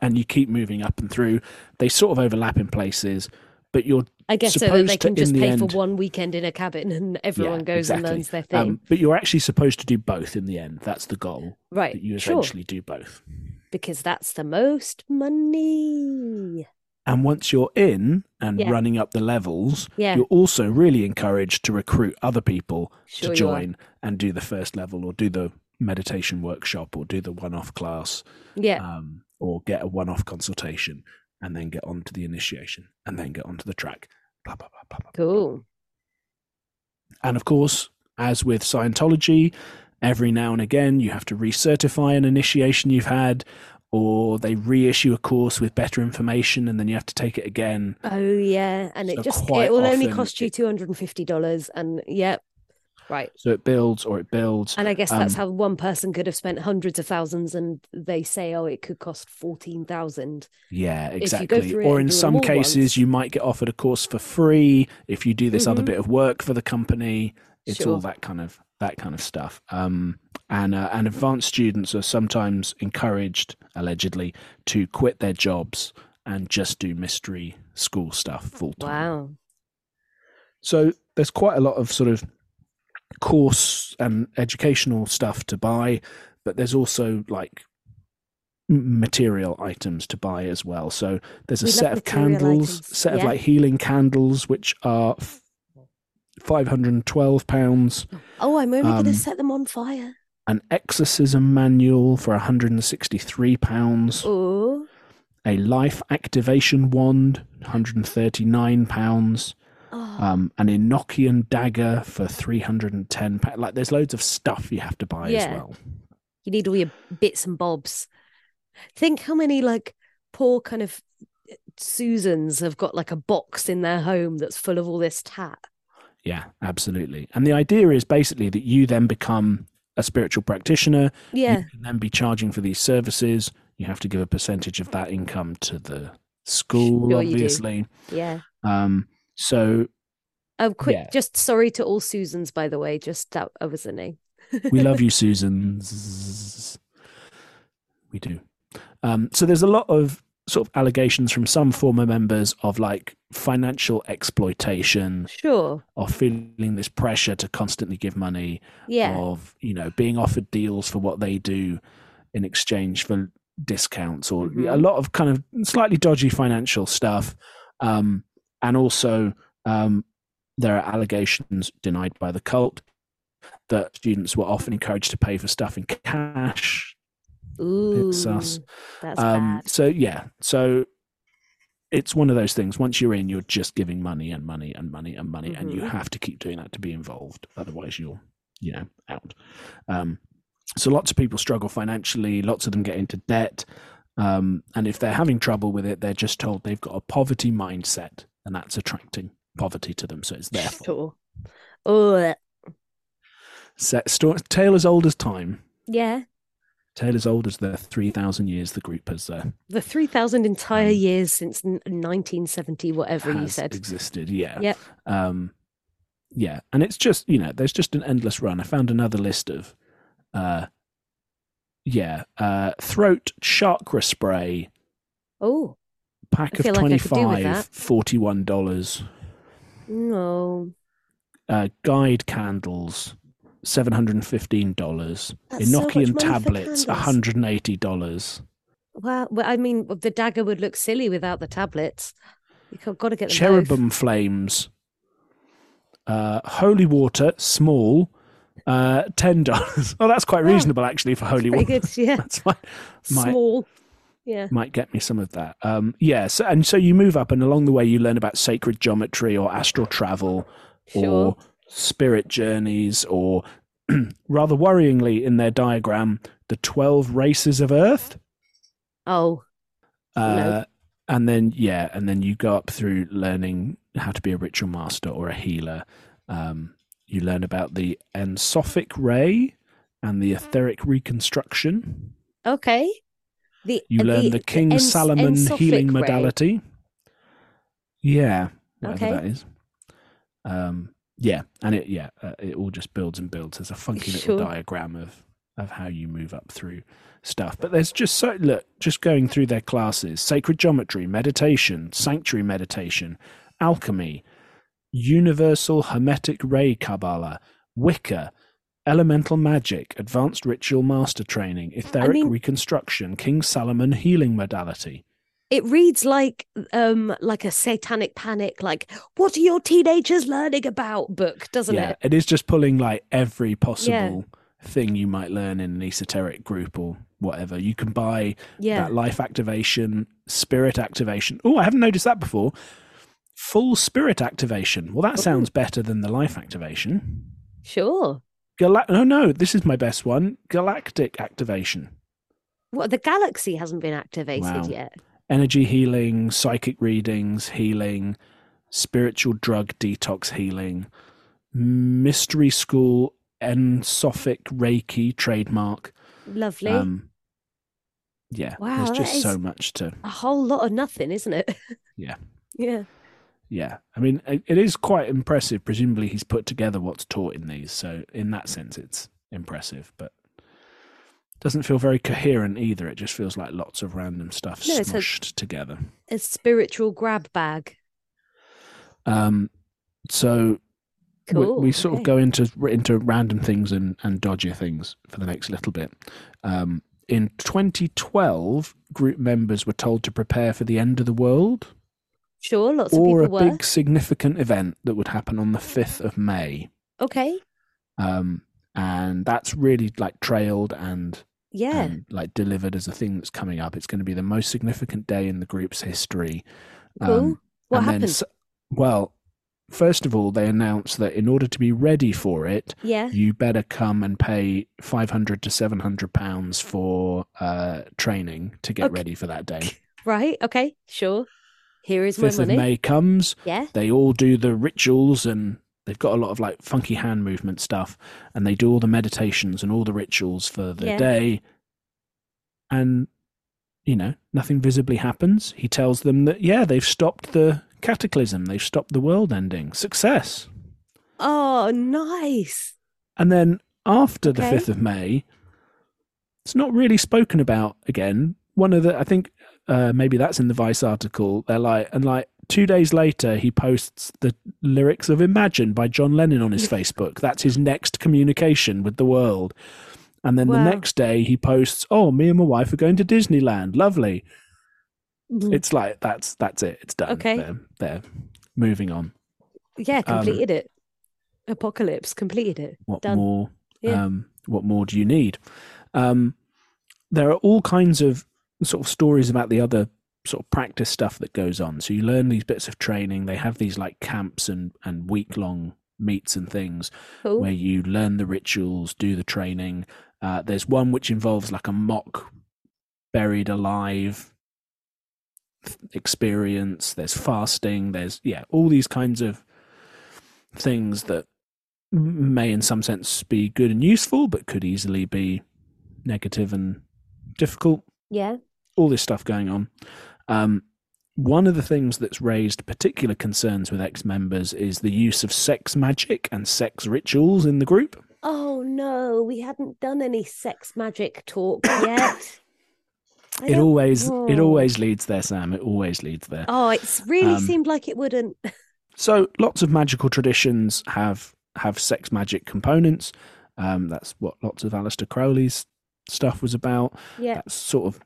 and you keep moving up and through they sort of overlap in places but you're I guess so that Supposed they to, can just in the pay for end- one weekend in a cabin and everyone goes exactly. and learns their thing. um, but you're actually supposed to do both in the end that's the goal right. that you Sure. eventually do both Because that's the most money. and once you're in and Yeah. running up the levels Yeah. you're also really encouraged to recruit other people Sure. to you are. join and do the first level or do the meditation workshop or do the one-off class Yeah. um, or get a one-off consultation and then get on to the initiation and then get onto the track blah, blah, blah, blah, blah. Cool. and of course as with scientology every now and again you have to recertify an initiation you've had or they reissue a course with better information and then you have to take it again Oh yeah. And So it just it quite will only often cost you it- two hundred and fifty dollars and yeah. Right. so it builds or it builds And I guess that's Um, how one person could have spent hundreds of thousands and they say, oh, it could cost 14,000. yeah you go exactly through it or and in do them some all cases once. you might get offered a course for free if you do this other Mhm. bit of work for the company it's all Sure. that kind of that kind of stuff um, and uh, and advanced students are sometimes encouraged allegedly to quit their jobs and just do mystery school stuff full time Wow. so there's quite a lot of sort of course and educational stuff to buy but there's also like m- material items to buy as well so there's a We love set of material candles items, set of yeah. like healing candles which are f- 512 pounds Oh, I'm only going to Um, set them on fire. an exorcism manual for 163 pounds Oh, a life activation wand 139 pounds oh, um, an Enochian dagger for 310 pa- like there's loads of stuff you have to buy Yeah. as well you need all your bits and bobs. Think how many like poor kind of uh, Susans have got like a box in their home that's full of all this tat. yeah absolutely and the idea is basically that you then become a spiritual practitioner Yeah. you can then be charging for these services you have to give a percentage of that income to the school Sure you do. obviously Yeah. um so Oh, quick. Yeah. Just sorry to all Susans, by the way. Just that that was the name. We love you, Susan. Zzzz. We do. Um, so there's a lot of sort of allegations from some former members of like financial exploitation, Sure. of feeling this pressure to constantly give money, Yeah. of you know being offered deals for what they do in exchange for discounts, or Mhm. a lot of kind of slightly dodgy financial stuff, um, and also um, there are allegations denied by the cult that students were often encouraged to pay for stuff in cash. Ooh. sus. That's Oh, Um, bad. so yeah, so it's one of those things. Once you're in, you're just giving money and money and money and money, and you Mhm. have to keep doing that to be involved. Otherwise, you're you know out. Um, so lots of people struggle financially. Lots of them get into debt. Um, and if they're having trouble with it, they're just told they've got a poverty mindset and that's attracting poverty to them. So it's their fault. Sure. Oh, Set sto- tale as old as time. yeah. Tale as old as the 3,000 years the group has, uh, The 3,000 entire Um, years since n- 1970, whatever you has said. existed. Yeah. Yep. Um, yeah. And it's just, you know, there's just an endless run. I found another list of, uh, yeah, uh, throat chakra spray. Oh, I pack of feel like I could do with 25 that. 41 dollars no. uh, guide candles 715 dollars That's so much money enochian for tablets candles. 180 dollars Well, well, I mean, the dagger would look silly without the tablets. You've got to get them both. cherubim flames uh, holy water small uh, ten dollars oh that's quite Oh, reasonable actually for holy Pretty water good, yeah. that's fine my- Small. Yeah. might get me some of that. Um, yeah, so, and so you move up, and along the way, you learn about sacred geometry or astral travel Sure. or spirit journeys, or rather worryingly, in their diagram, the 12 races of Earth. Oh, Uh, No. And then, yeah, and then you go up through learning how to be a ritual master or a healer. Um, you learn about the ensophic ray and the etheric reconstruction. okay. The You uh, learn the, King ens- Salomon healing ensophic ray. modality. Yeah, whatever Okay. that is. Um, yeah, and it yeah uh, it all just builds and builds. There's a funky little Sure. diagram of of how you move up through stuff. But there's just so look just going through their classes: sacred geometry, meditation, sanctuary meditation, alchemy, universal hermetic ray Kabbalah, Wicca. Elemental magic, advanced ritual master training, etheric mean- reconstruction, King Salomon healing modality. It reads like um like a satanic panic, like what are your teenagers learning about book, doesn't yeah, it? it is just pulling like every possible thing you might learn in an esoteric group or whatever. You can buy Yeah. that life activation, spirit activation. Oh, I haven't noticed that before. Full spirit activation. Well, that sounds better than the life activation. Sure. Gala- oh no, this is my best one. Galactic activation. Well, the galaxy hasn't been activated Wow. yet. Energy healing, psychic readings, healing, spiritual drug detox healing, mystery school, ensophic reiki trademark. Lovely. Um, yeah, Wow, there's that just is- so much to. a whole lot of nothing, isn't it? Yeah. Yeah. Yeah, I mean, it, it is quite impressive. Presumably, he's put together what's taught in these, so in that sense, it's impressive. But doesn't feel very coherent either. It just feels like lots of random stuff No, it's a- smushed together. A spiritual grab bag. Um, so we- Cool. we, sort okay. of go into into random things and and dodgy things for the next little bit. Um, in 2012, group members were told to prepare for the end of the world Sure, lots of or people a were. big significant event that would happen on the 5th of May. Okay. Um, and that's really like trailed and Yeah. and like delivered as a thing that's coming up. It's going to be the most significant day in the group's history. Um, Cool. what and then happened? s- well, first of all, they announced that in order to be ready for it, yeah. you better come and pay 500 to 700 pounds for uh, training to get Okay. ready for that day. Right. Okay. Sure. Here is my 5th of money. May comes, Yeah. they all do the rituals and they've got a lot of like funky hand movement stuff and they do all the meditations and all the rituals for the Yeah. day and you know nothing visibly happens he tells them that yeah they've stopped the cataclysm they've stopped the world ending success Oh, nice. and then after Okay. the 5th of May, it's not really spoken about again. One of the, I think uh, maybe that's in the Vice article. They're like, and like two days later, he posts the lyrics of Imagine by John Lennon on his Facebook. That's his next communication with the world. And then Wow. the next day, he posts, Oh, me and my wife are going to Disneyland. Lovely. It's like, that's that's it. It's done. Mm. Okay. They're, they're moving on. yeah, um, completed it. Apocalypse completed it. what Done. more Yeah. um, what more do you need um, there are all kinds of sort of stories about the other sort of practice stuff that goes on so you learn these bits of training they have these like camps and and week long meets and things Cool. where you learn the rituals do the training uh, there's one which involves like a mock buried alive experience there's fasting there's yeah all these kinds of things that may in some sense be good and useful but could easily be negative and difficult Yeah. all this stuff going on. Um, one of the things that's raised particular concerns with ex members is the use of sex magic and sex rituals in the group. Oh no, we hadn't done any sex magic talk yet. I It don't- always it Oh. always leads there, Sam. It always leads there. Oh, it's really Um, seemed like it wouldn't. So lots of magical traditions have have sex magic components. Um, that's what lots of Alistair Crowley's stuff was about. Yeah. that's sort of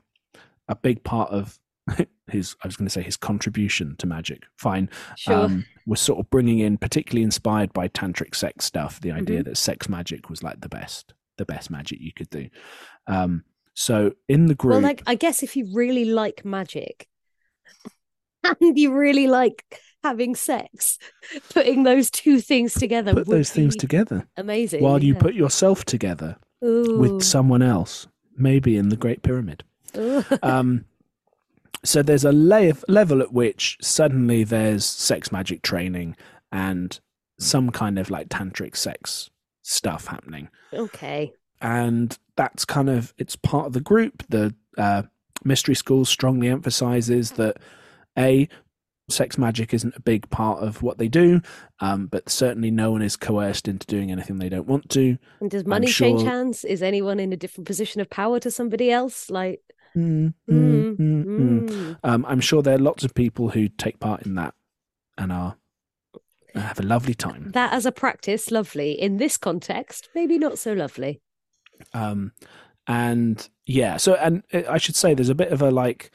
a big part of his i was going to say his contribution to magic fine Sure. um, was sort of bringing in particularly inspired by tantric sex stuff the idea Mm-hmm. that sex magic was like the best the best magic you could do um so in the group Well, like I guess if you really like magic and you really like having sex, putting those two things together put would those things be together amazing. while you yeah. put yourself together Ooh. with someone else maybe in the great pyramid Ooh. um, so there's a lay level at which suddenly there's sex magic training and some kind of like tantric sex stuff happening okay. and that's kind of it's part of the group the uh, mystery school strongly emphasizes that a sex magic isn't a big part of what they do um, but certainly no one is coerced into doing anything they don't want to And does money change sure- hands? Is anyone in a different position of power to somebody else? Like, Mm, Mm, mm, mm, mm. mm. Um, I'm sure there are lots of people who take part in that and are and have a lovely time. that as a practice, lovely. In this context, maybe not so lovely. Um, and yeah, so and uh, I should say there's a bit of a like,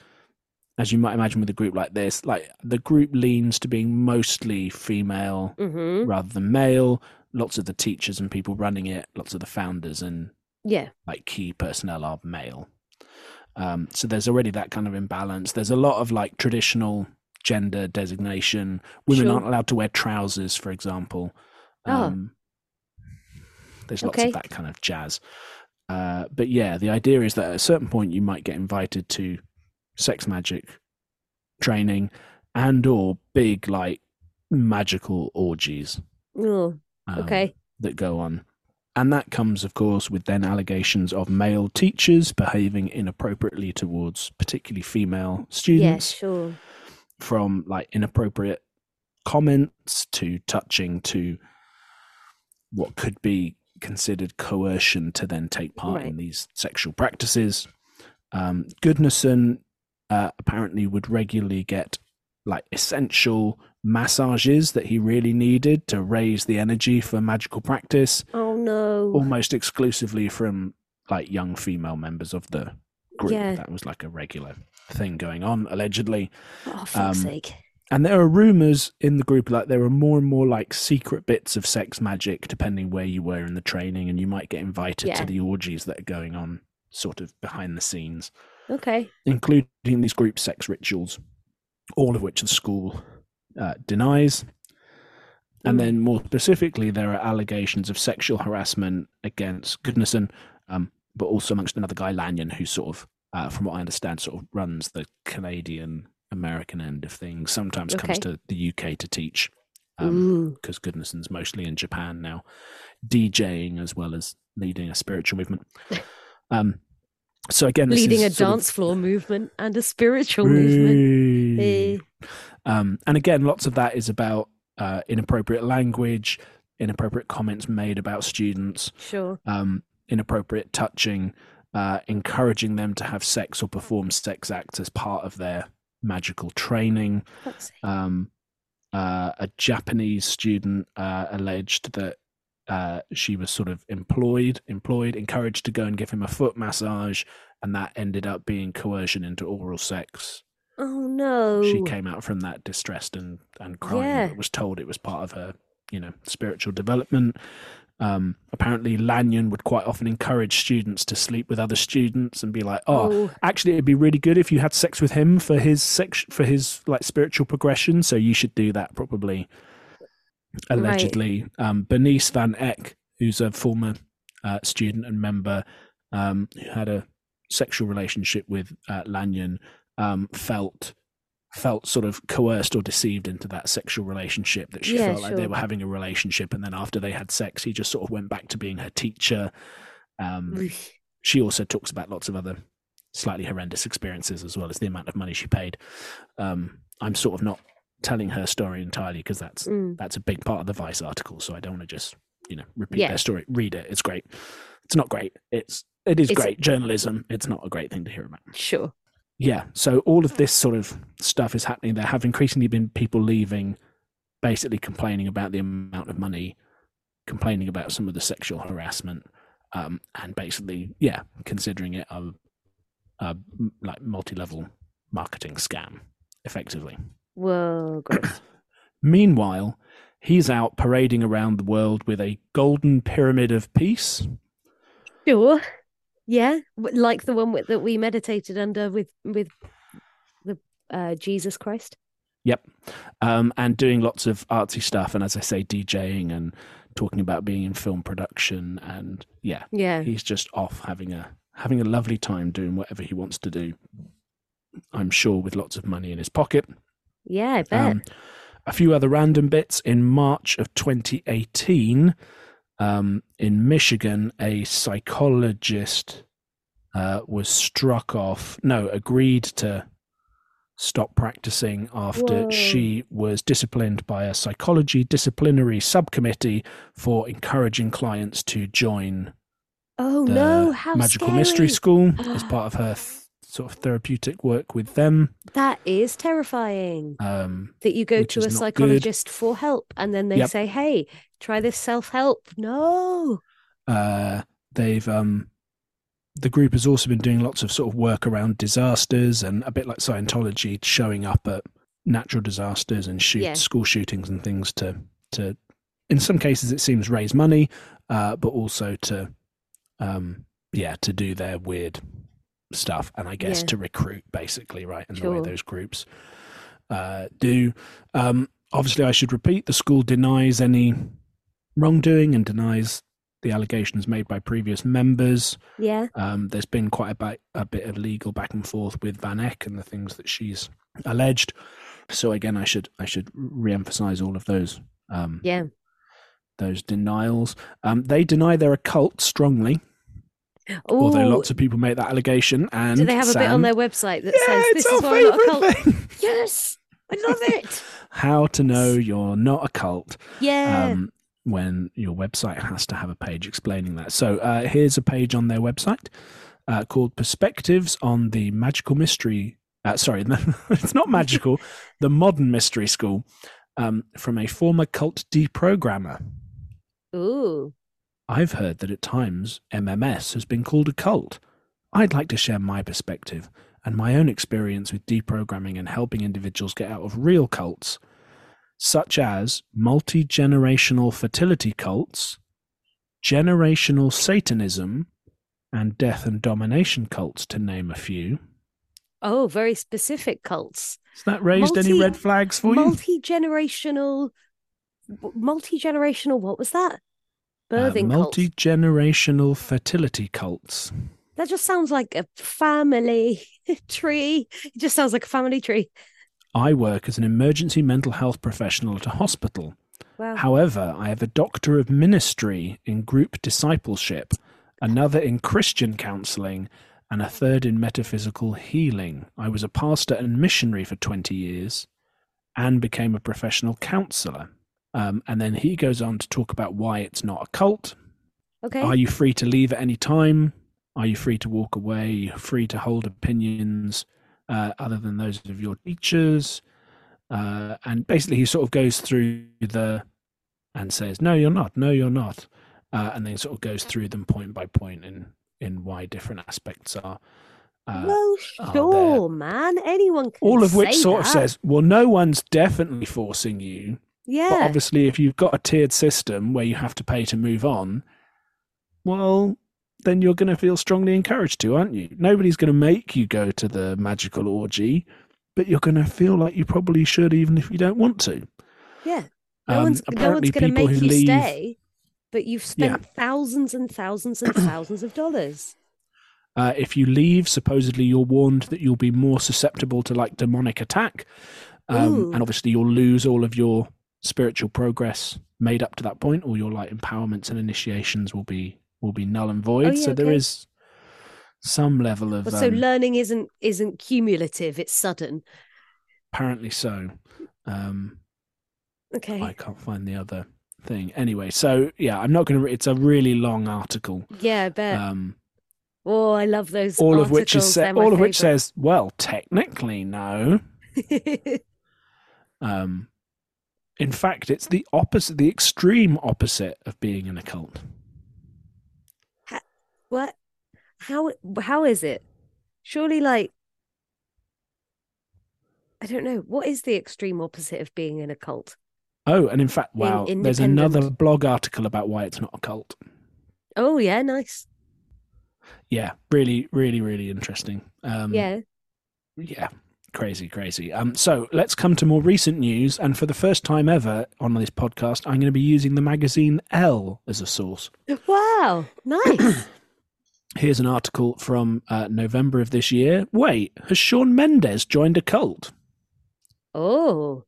as you might imagine with a group like this, like the group leans to being mostly female hmm rather than male. Lots of the teachers and people running it, lots of the founders and Yeah. like key personnel are male. Um, so there's already that kind of imbalance. There's a lot of like traditional gender designation. Women Sure. aren't allowed to wear trousers, for example. Oh. Um, There's lots Okay. of that kind of jazz. Uh, but yeah, the idea is that at a certain point you might get invited to sex magic training and or big like magical orgies. Oh, um, okay. that go on. And that comes, of course, with then allegations of male teachers behaving inappropriately towards particularly female yeah, students, sure. from like inappropriate comments to touching to what could be considered coercion to then take part in Right. these sexual practices. Um, Goodnesson uh, apparently would regularly get like essential massages that he really needed to raise the energy for magical practice Oh no. almost exclusively from like young female members of the group. Yeah. That was like a regular thing going on, allegedly. Oh, fuck's um, sake. And there are rumors in the group like there are more and more like secret bits of sex magic depending where you were in the training, and you might get invited Yeah. to the orgies that are going on sort of behind the scenes, Okay. including these group sex rituals, all of which the school uh, denies. And Mm. then more specifically, there are allegations of sexual harassment against Goodnesson, um, but also amongst another guy, Lanyon, who sort of, uh, from what I understand, sort of runs the Canadian American end of things, sometimes comes Okay. to the UK to teach, um, because Ooh. Goodnesson's mostly in Japan now, DJing as well as leading a spiritual movement. Um, so again, this Leading a is sort of- dance floor movement and a spiritual movement. Hey. Eh, Um, and again, lots of that is about uh, inappropriate language, inappropriate comments made about students, sure. um, inappropriate touching, uh, encouraging them to have sex or perform sex acts as part of their magical training. Fuck's sake. Um, uh, a Japanese student uh, alleged that uh, she was sort of employed, employed, encouraged to go and give him a foot massage, and that ended up being coercion into oral sex Oh no. she came out from that distressed and and crying Yeah. but was told it was part of her you know spiritual development um apparently lanyon would quite often encourage students to sleep with other students and be like oh Oh, actually it'd be really good if you had sex with him for his sex for his like spiritual progression so you should do that probably allegedly um bernice van eck who's a former uh, student and member um who had a sexual relationship with uh, Lanyon um, felt felt sort of coerced or deceived into that sexual relationship that she Yeah, felt like they sure. were having a relationship and then after they had sex he just sort of went back to being her teacher um, she also talks about lots of other slightly horrendous experiences as well as the amount of money she paid um, i'm sort of not telling her story entirely because that's Mm. that's a big part of the Vice article. So I don't want to just you know repeat Yeah. their story. Read it; it's great. It's not great. It's it is It's- great journalism. It's not a great thing to hear about. Sure. Yeah. So all of this sort of stuff is happening. There have increasingly been people leaving, basically complaining about the amount of money, complaining about some of the sexual harassment, um, and basically, yeah, considering it a, a m- like multi-level marketing scam, effectively. Whoa, gross. Meanwhile, he's out parading around the world with a golden pyramid of peace. sure. Yeah, w- like the one with, that we meditated under with with the uh, Jesus Christ. Yep. Um, and doing lots of artsy stuff. And as I say, DJing and talking about being in film production. And yeah, Yeah. he's just off having a having a lovely time doing whatever he wants to do. I'm sure with lots of money in his pocket. Yeah, I bet. Um, a few other random bits. In March of 2018, um, in Michigan, a psychologist uh, was struck off, no, agreed to stop practicing after Whoa. she was disciplined by a psychology disciplinary subcommittee for encouraging clients to join oh the no, how Magical scary. Mystery School as part of her th- sort of therapeutic work with them. That is terrifying. Um, That you go which to is a not good. psychologist for help and then they Yep. say, Hey, try this self help. No. Uh, they've um, the group has also been doing lots of sort of work around disasters and a bit like Scientology, showing up at natural disasters and shoot Yeah. school shootings and things to to. In some cases, it seems raise money, uh, but also to, um, yeah, to do their weird stuff, and I guess Yeah. to recruit basically, right? And the Sure. way those groups uh, do. Um, obviously, I should repeat: the school denies any wrongdoing and denies the allegations made by previous members. Yeah. Um, there's been quite a, ba- a bit of legal back and forth with Van Eck and the things that she's alleged. So again, I should I should re-emphasize all of those um, Yeah. those denials. Um, they deny they're a cult strongly, although Oh, lots of people make that allegation. And do they have a bit on Sam- their website that Yeah, says it's this our is why I'm not a favorite cult? thing. Yes. I love it. How to know you're not a cult Yeah. um, when your website has to have a page explaining that. So uh, here's a page on their website uh, called Perspectives on the Magical Mystery. Uh, sorry, it's not magical, the Modern Mystery School um, from a former cult deprogrammer. Ooh. I've heard that at times MMS has been called a cult. I'd like to share my perspective and my own experience with deprogramming and helping individuals get out of real cults, such as multi generational fertility cults, generational Satanism, and death and domination cults, to name a few. Oh, very specific cults. Has that raised any Multi- red flags for you? Multi generational, multi generational. What was that? Birthing cults. multi generational Uh, fertility cults. That just sounds like a family tree. It just sounds like a family tree. I work as an emergency mental health professional at a hospital. Wow. However, I have a doctor of ministry in group discipleship, another in Christian counseling, and a third in metaphysical healing. I was a pastor and missionary for 20 years and became a professional counselor. Um, and then he goes on to talk about why it's not a cult. okay. Are you free to leave at any time? Are you free to walk away? Are you free to hold opinions uh, other than those of your teachers? Uh, and basically, he sort of goes through the and says, "No, you're not. No, you're not," uh, and then sort of goes through them point by point in in why different aspects are. Uh, well, are sure, man. Anyone can all of which say sort of that. says, "Well, no one's definitely forcing you." But yeah, obviously, if you've got a tiered system where you have to pay to move on, well, then you're going to feel strongly encouraged to, aren't you? Nobody's going to make you go to the magical orgy, but you're going to feel like you probably should, even if you don't want to. yeah. No one's, no one's Um, apparently going to people make who you leave- stay, but you've Yeah. spent thousands and thousands and thousands of dollars. Uh, if you leave, supposedly you're warned that you'll be more susceptible to like demonic attack, Ooh. um, and obviously you'll lose all of your spiritual progress made up to that point. All your like empowerments and initiations will be will be null and void. Oh, yeah, so there okay. is some level of But so um, learning isn't isn't cumulative; it's sudden. apparently so. Um, Okay. I can't find the other thing. Anyway, so yeah, I'm not going to. Re- it's a really long article. yeah, I bet. Um, oh, I love those. all of which is articles, sa- they're my all of which favourite. says, well, technically no. Um, in fact, it's the opposite, the extreme opposite of being an occult. what? How how is it? Surely, like, I don't know. What is the extreme opposite of being in a cult? Oh, and in fact, Being wow, there's another independent. blog article about why it's not a cult. Oh yeah, nice. Yeah, really, really, really interesting. Um, yeah. Yeah, crazy, crazy. Um, so let's come to more recent news. And for the first time ever on this podcast, I'm going to be using the magazine L as a source. Wow. Nice. Here's an article from uh, November of this year. Wait, has Sean Mendes joined a cult? oh,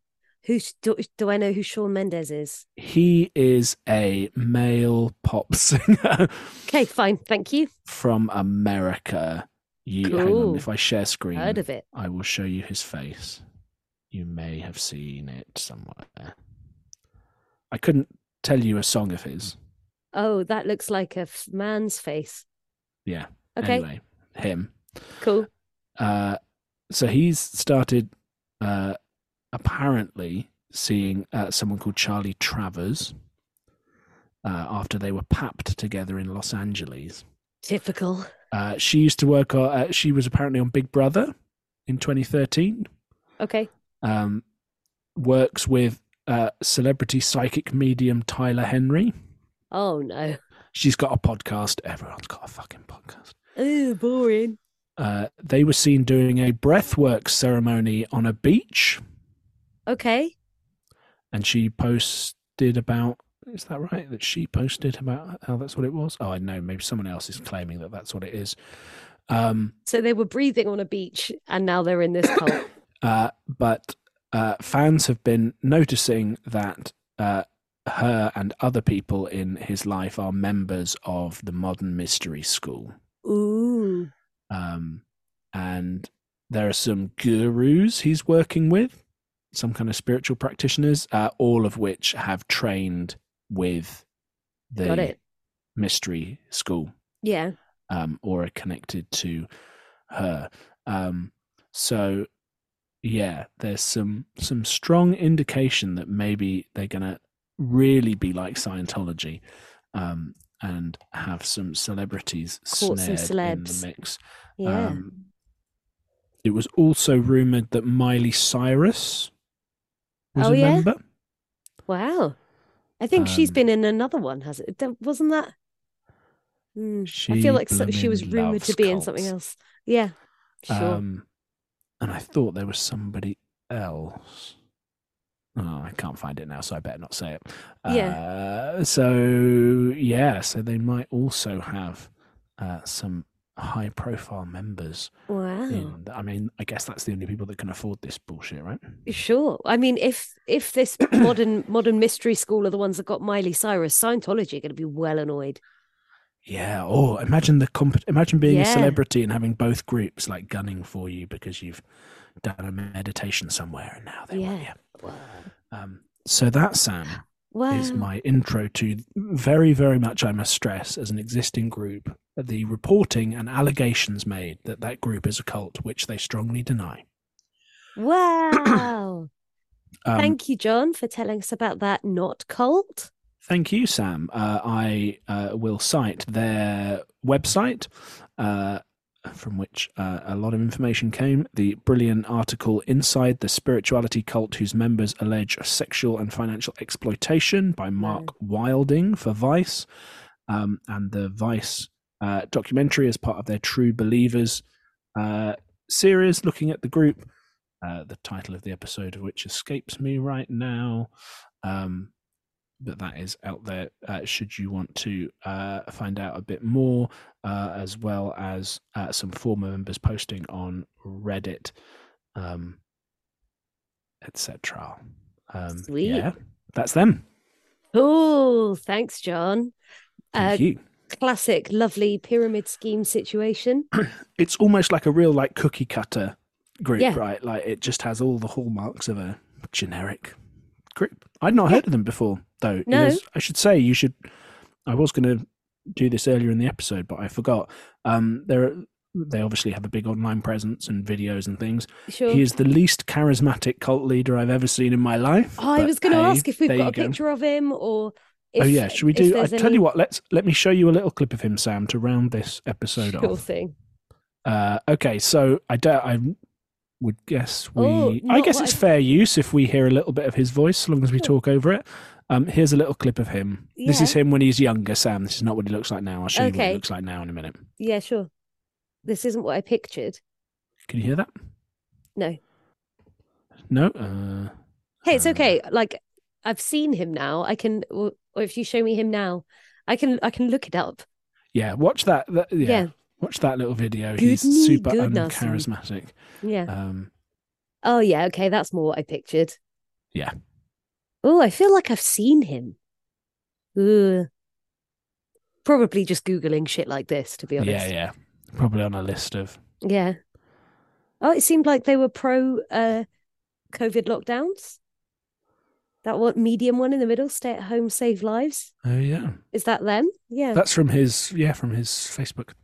who's do, do I know who Sean Mendes is? He is a male pop singer Okay, fine. Thank you. from America. You, Hang on, Cool. if I share screen, Heard of it. I will show you his face. You may have seen it somewhere. I couldn't tell you a song of his. Oh, that looks like a f- man's face. Yeah. Okay, Anyway, him. cool. Uh, so he's started uh, apparently seeing uh, someone called Charlie Travers uh, after they were papped together in Los Angeles. Typical. Uh, she used to work. On, uh, she was apparently on Big Brother in 2013. Okay. Um, works with uh, celebrity psychic medium Tyler Henry. Oh no. She's got a podcast. Everyone's got a fucking podcast. Ooh, boring. Uh, they were seen doing a breathwork ceremony on a beach Okay. and she posted about is that right that she posted about how that's what it was oh i know maybe someone else is claiming that that's what it is um So they were breathing on a beach and now they're in this cult. uh but uh fans have been noticing that uh her and other people in his life are members of the modern mystery school Ooh. um and there are some gurus he's working with some kind of spiritual practitioners uh, all of which have trained with the Got it. mystery school Yeah. um, or are connected to her. Um, so yeah, there's some some strong indication that maybe they're gonna really be like Scientology um, and have some celebrities Caught some snared in celebs. the mix. Yeah. Um, it was also rumored that Miley Cyrus was Oh, a yeah? member. wow. I think she's um, been in another one, has it? Don't- Wasn't that? Hmm. I She feel like so- she was blooming rumored to loves be in something cults. else. Yeah. Sure. Um, and I thought there was somebody else. Oh, I can't find it now, so I better not say it. Uh, so yeah, so they might also have uh, some high-profile members. wow. In the, I mean, I guess that's the only people that can afford this bullshit, right? Sure. I mean, if if this modern modern mystery school are the ones that got Miley Cyrus, Scientology are going to be well annoyed. Yeah. Oh, imagine the comp- imagine being a Yeah. celebrity and having both groups like gunning for you because you've done a meditation somewhere, and now they want Yeah. Wow. you. Um, so that Sam is Wow. my intro to very, very much, I must stress, as an existing group, the reporting and allegations made that that group is a cult, which they strongly deny. Wow. Um, Thank you, John, for telling us about that not cult. thank you, Sam. Uh, I uh, will cite their website. Uh, from which uh, a lot of information came. The brilliant article Inside the Spirituality Cult, whose members allege sexual and financial exploitation by Mark Wilding for Vice, um, and the Vice uh, documentary as part of their True Believers uh, series, looking at the group. Uh, the title of the episode of which escapes me right now. Um, but that is out there uh, should you want to uh, find out a bit more, uh, as well as uh, some former members posting on Reddit, um, etc. Um, Sweet. Yeah, that's them. Oh, thanks, John. Uh, Thank you. classic, lovely pyramid scheme situation. It's almost like a real like cookie cutter group, Yeah. right? Like it just has all the hallmarks of a generic group. I'd not heard of them before, though. No. Inez. I should say you should. I was going to do this earlier in the episode, but I forgot. Um, there, they obviously have a big online presence and videos and things. Sure. He is the least charismatic cult leader I've ever seen in my life. Oh, I but was going to hey, ask if we've there got you a go. picture of him or. If, oh yeah, should we if do? I there's tell any- you what, let's let me show you a little clip of him, Sam, to round this episode Sure off. thing. Uh, okay, so I doubt I would guess we. Oh, I not guess what it's I- fair use if we hear a little bit of his voice, as long as we Sure. talk over it. Um, here's a little clip of him. This is him when he's younger, Sam. This is not what he looks like now. I'll show you what Okay. he looks like now in a minute. Yeah, sure. This isn't what I pictured. Can you hear that? No. No. Uh, Hey, it's Uh, okay. Like I've seen him now. I can, or, or if you show me him now, I can, I can look it up. yeah. Watch that. that yeah, Yeah, Watch that little video. Goodney he's super goodness. uncharismatic. yeah. Um, Oh, yeah. Okay, that's more what I pictured. Yeah. Oh, I feel like I've seen him. Ooh. Probably just googling shit like this, to be honest. yeah, yeah. Probably on a list of. Yeah. Oh, it seemed like they were pro uh COVID lockdowns. That one medium one in the middle, stay at home, save lives. Oh yeah, Is that them? Yeah. that's from his. Yeah, from his Facebook.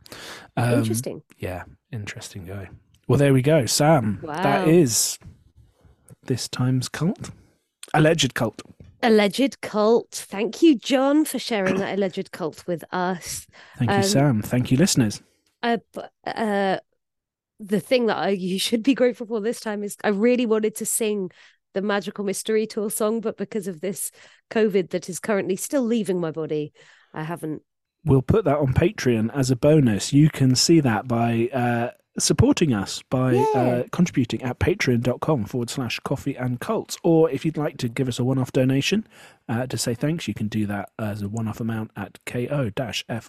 Um, Interesting. Yeah, interesting guy. Well, there we go, Sam. Wow. That is this time's cult, alleged cult. Alleged cult. Thank you, John, for sharing that alleged cult with us. Thank you, Um, Sam. Thank you, listeners. Uh, b- uh, the thing that I, you should be grateful for this time is I really wanted to sing the Magical Mystery Tour song, but because of this COVID that is currently still leaving my body, I haven't. We'll put that on Patreon as a bonus. You can see that by uh, supporting us by Yeah. uh, contributing at patreon.com forward slash coffee and cults. Or if you'd like to give us a one off donation uh, to say thanks, you can do that as a one off amount at ko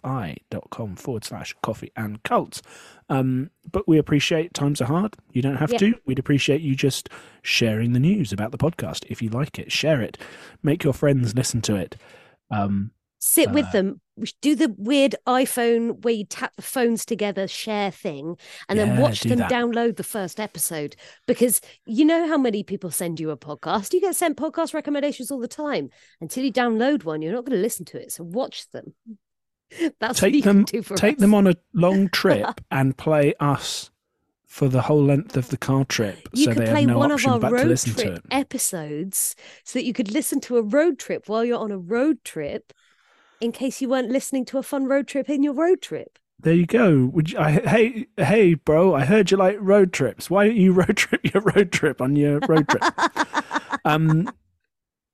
fi.com forward slash coffee and cults. Um, but we appreciate times are hard. You don't have Yeah. to. We'd appreciate you just sharing the news about the podcast. If you like it, share it, make your friends listen to it. Um, sit with Uh, them we should do the weird iphone where you tap the phones together share thing and then Yeah, watch do them that. download the first episode because you know how many people send you a podcast you get sent podcast recommendations all the time until you download one you're not going to listen to it so watch them that's what Take you them- can do for take us. them on a long trip and play us for the whole length of the car trip you so could they play have no one of option our but to road listen to trip it episodes so that you could listen to a road trip while you're on a road trip in case you weren't listening to a fun road trip in your road trip there you go would you, I, hey hey bro i heard you like road trips why don't you road trip your road trip on your road trip um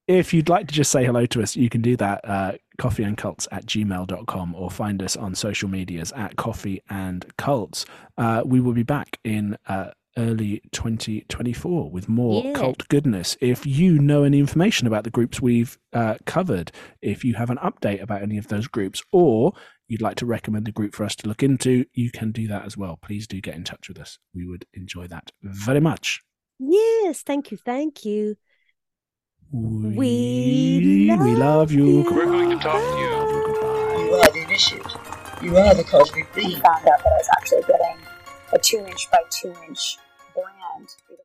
if you'd like to just say hello to us you can do that uh coffeeandcults at gmail.com or find us on social medias at coffee and cults uh we will be back in uh early 2024 with more Yeah. cult goodness if you know any information about the groups we've uh, covered if you have an update about any of those groups or you'd like to recommend a group for us to look into you can do that as well please do get in touch with us we would enjoy that very much Yes, thank you, thank you. we, love you. We're going to talk to You are the initiate. You are the cosmic We being. found out that I was actually getting a two inch by two inch brand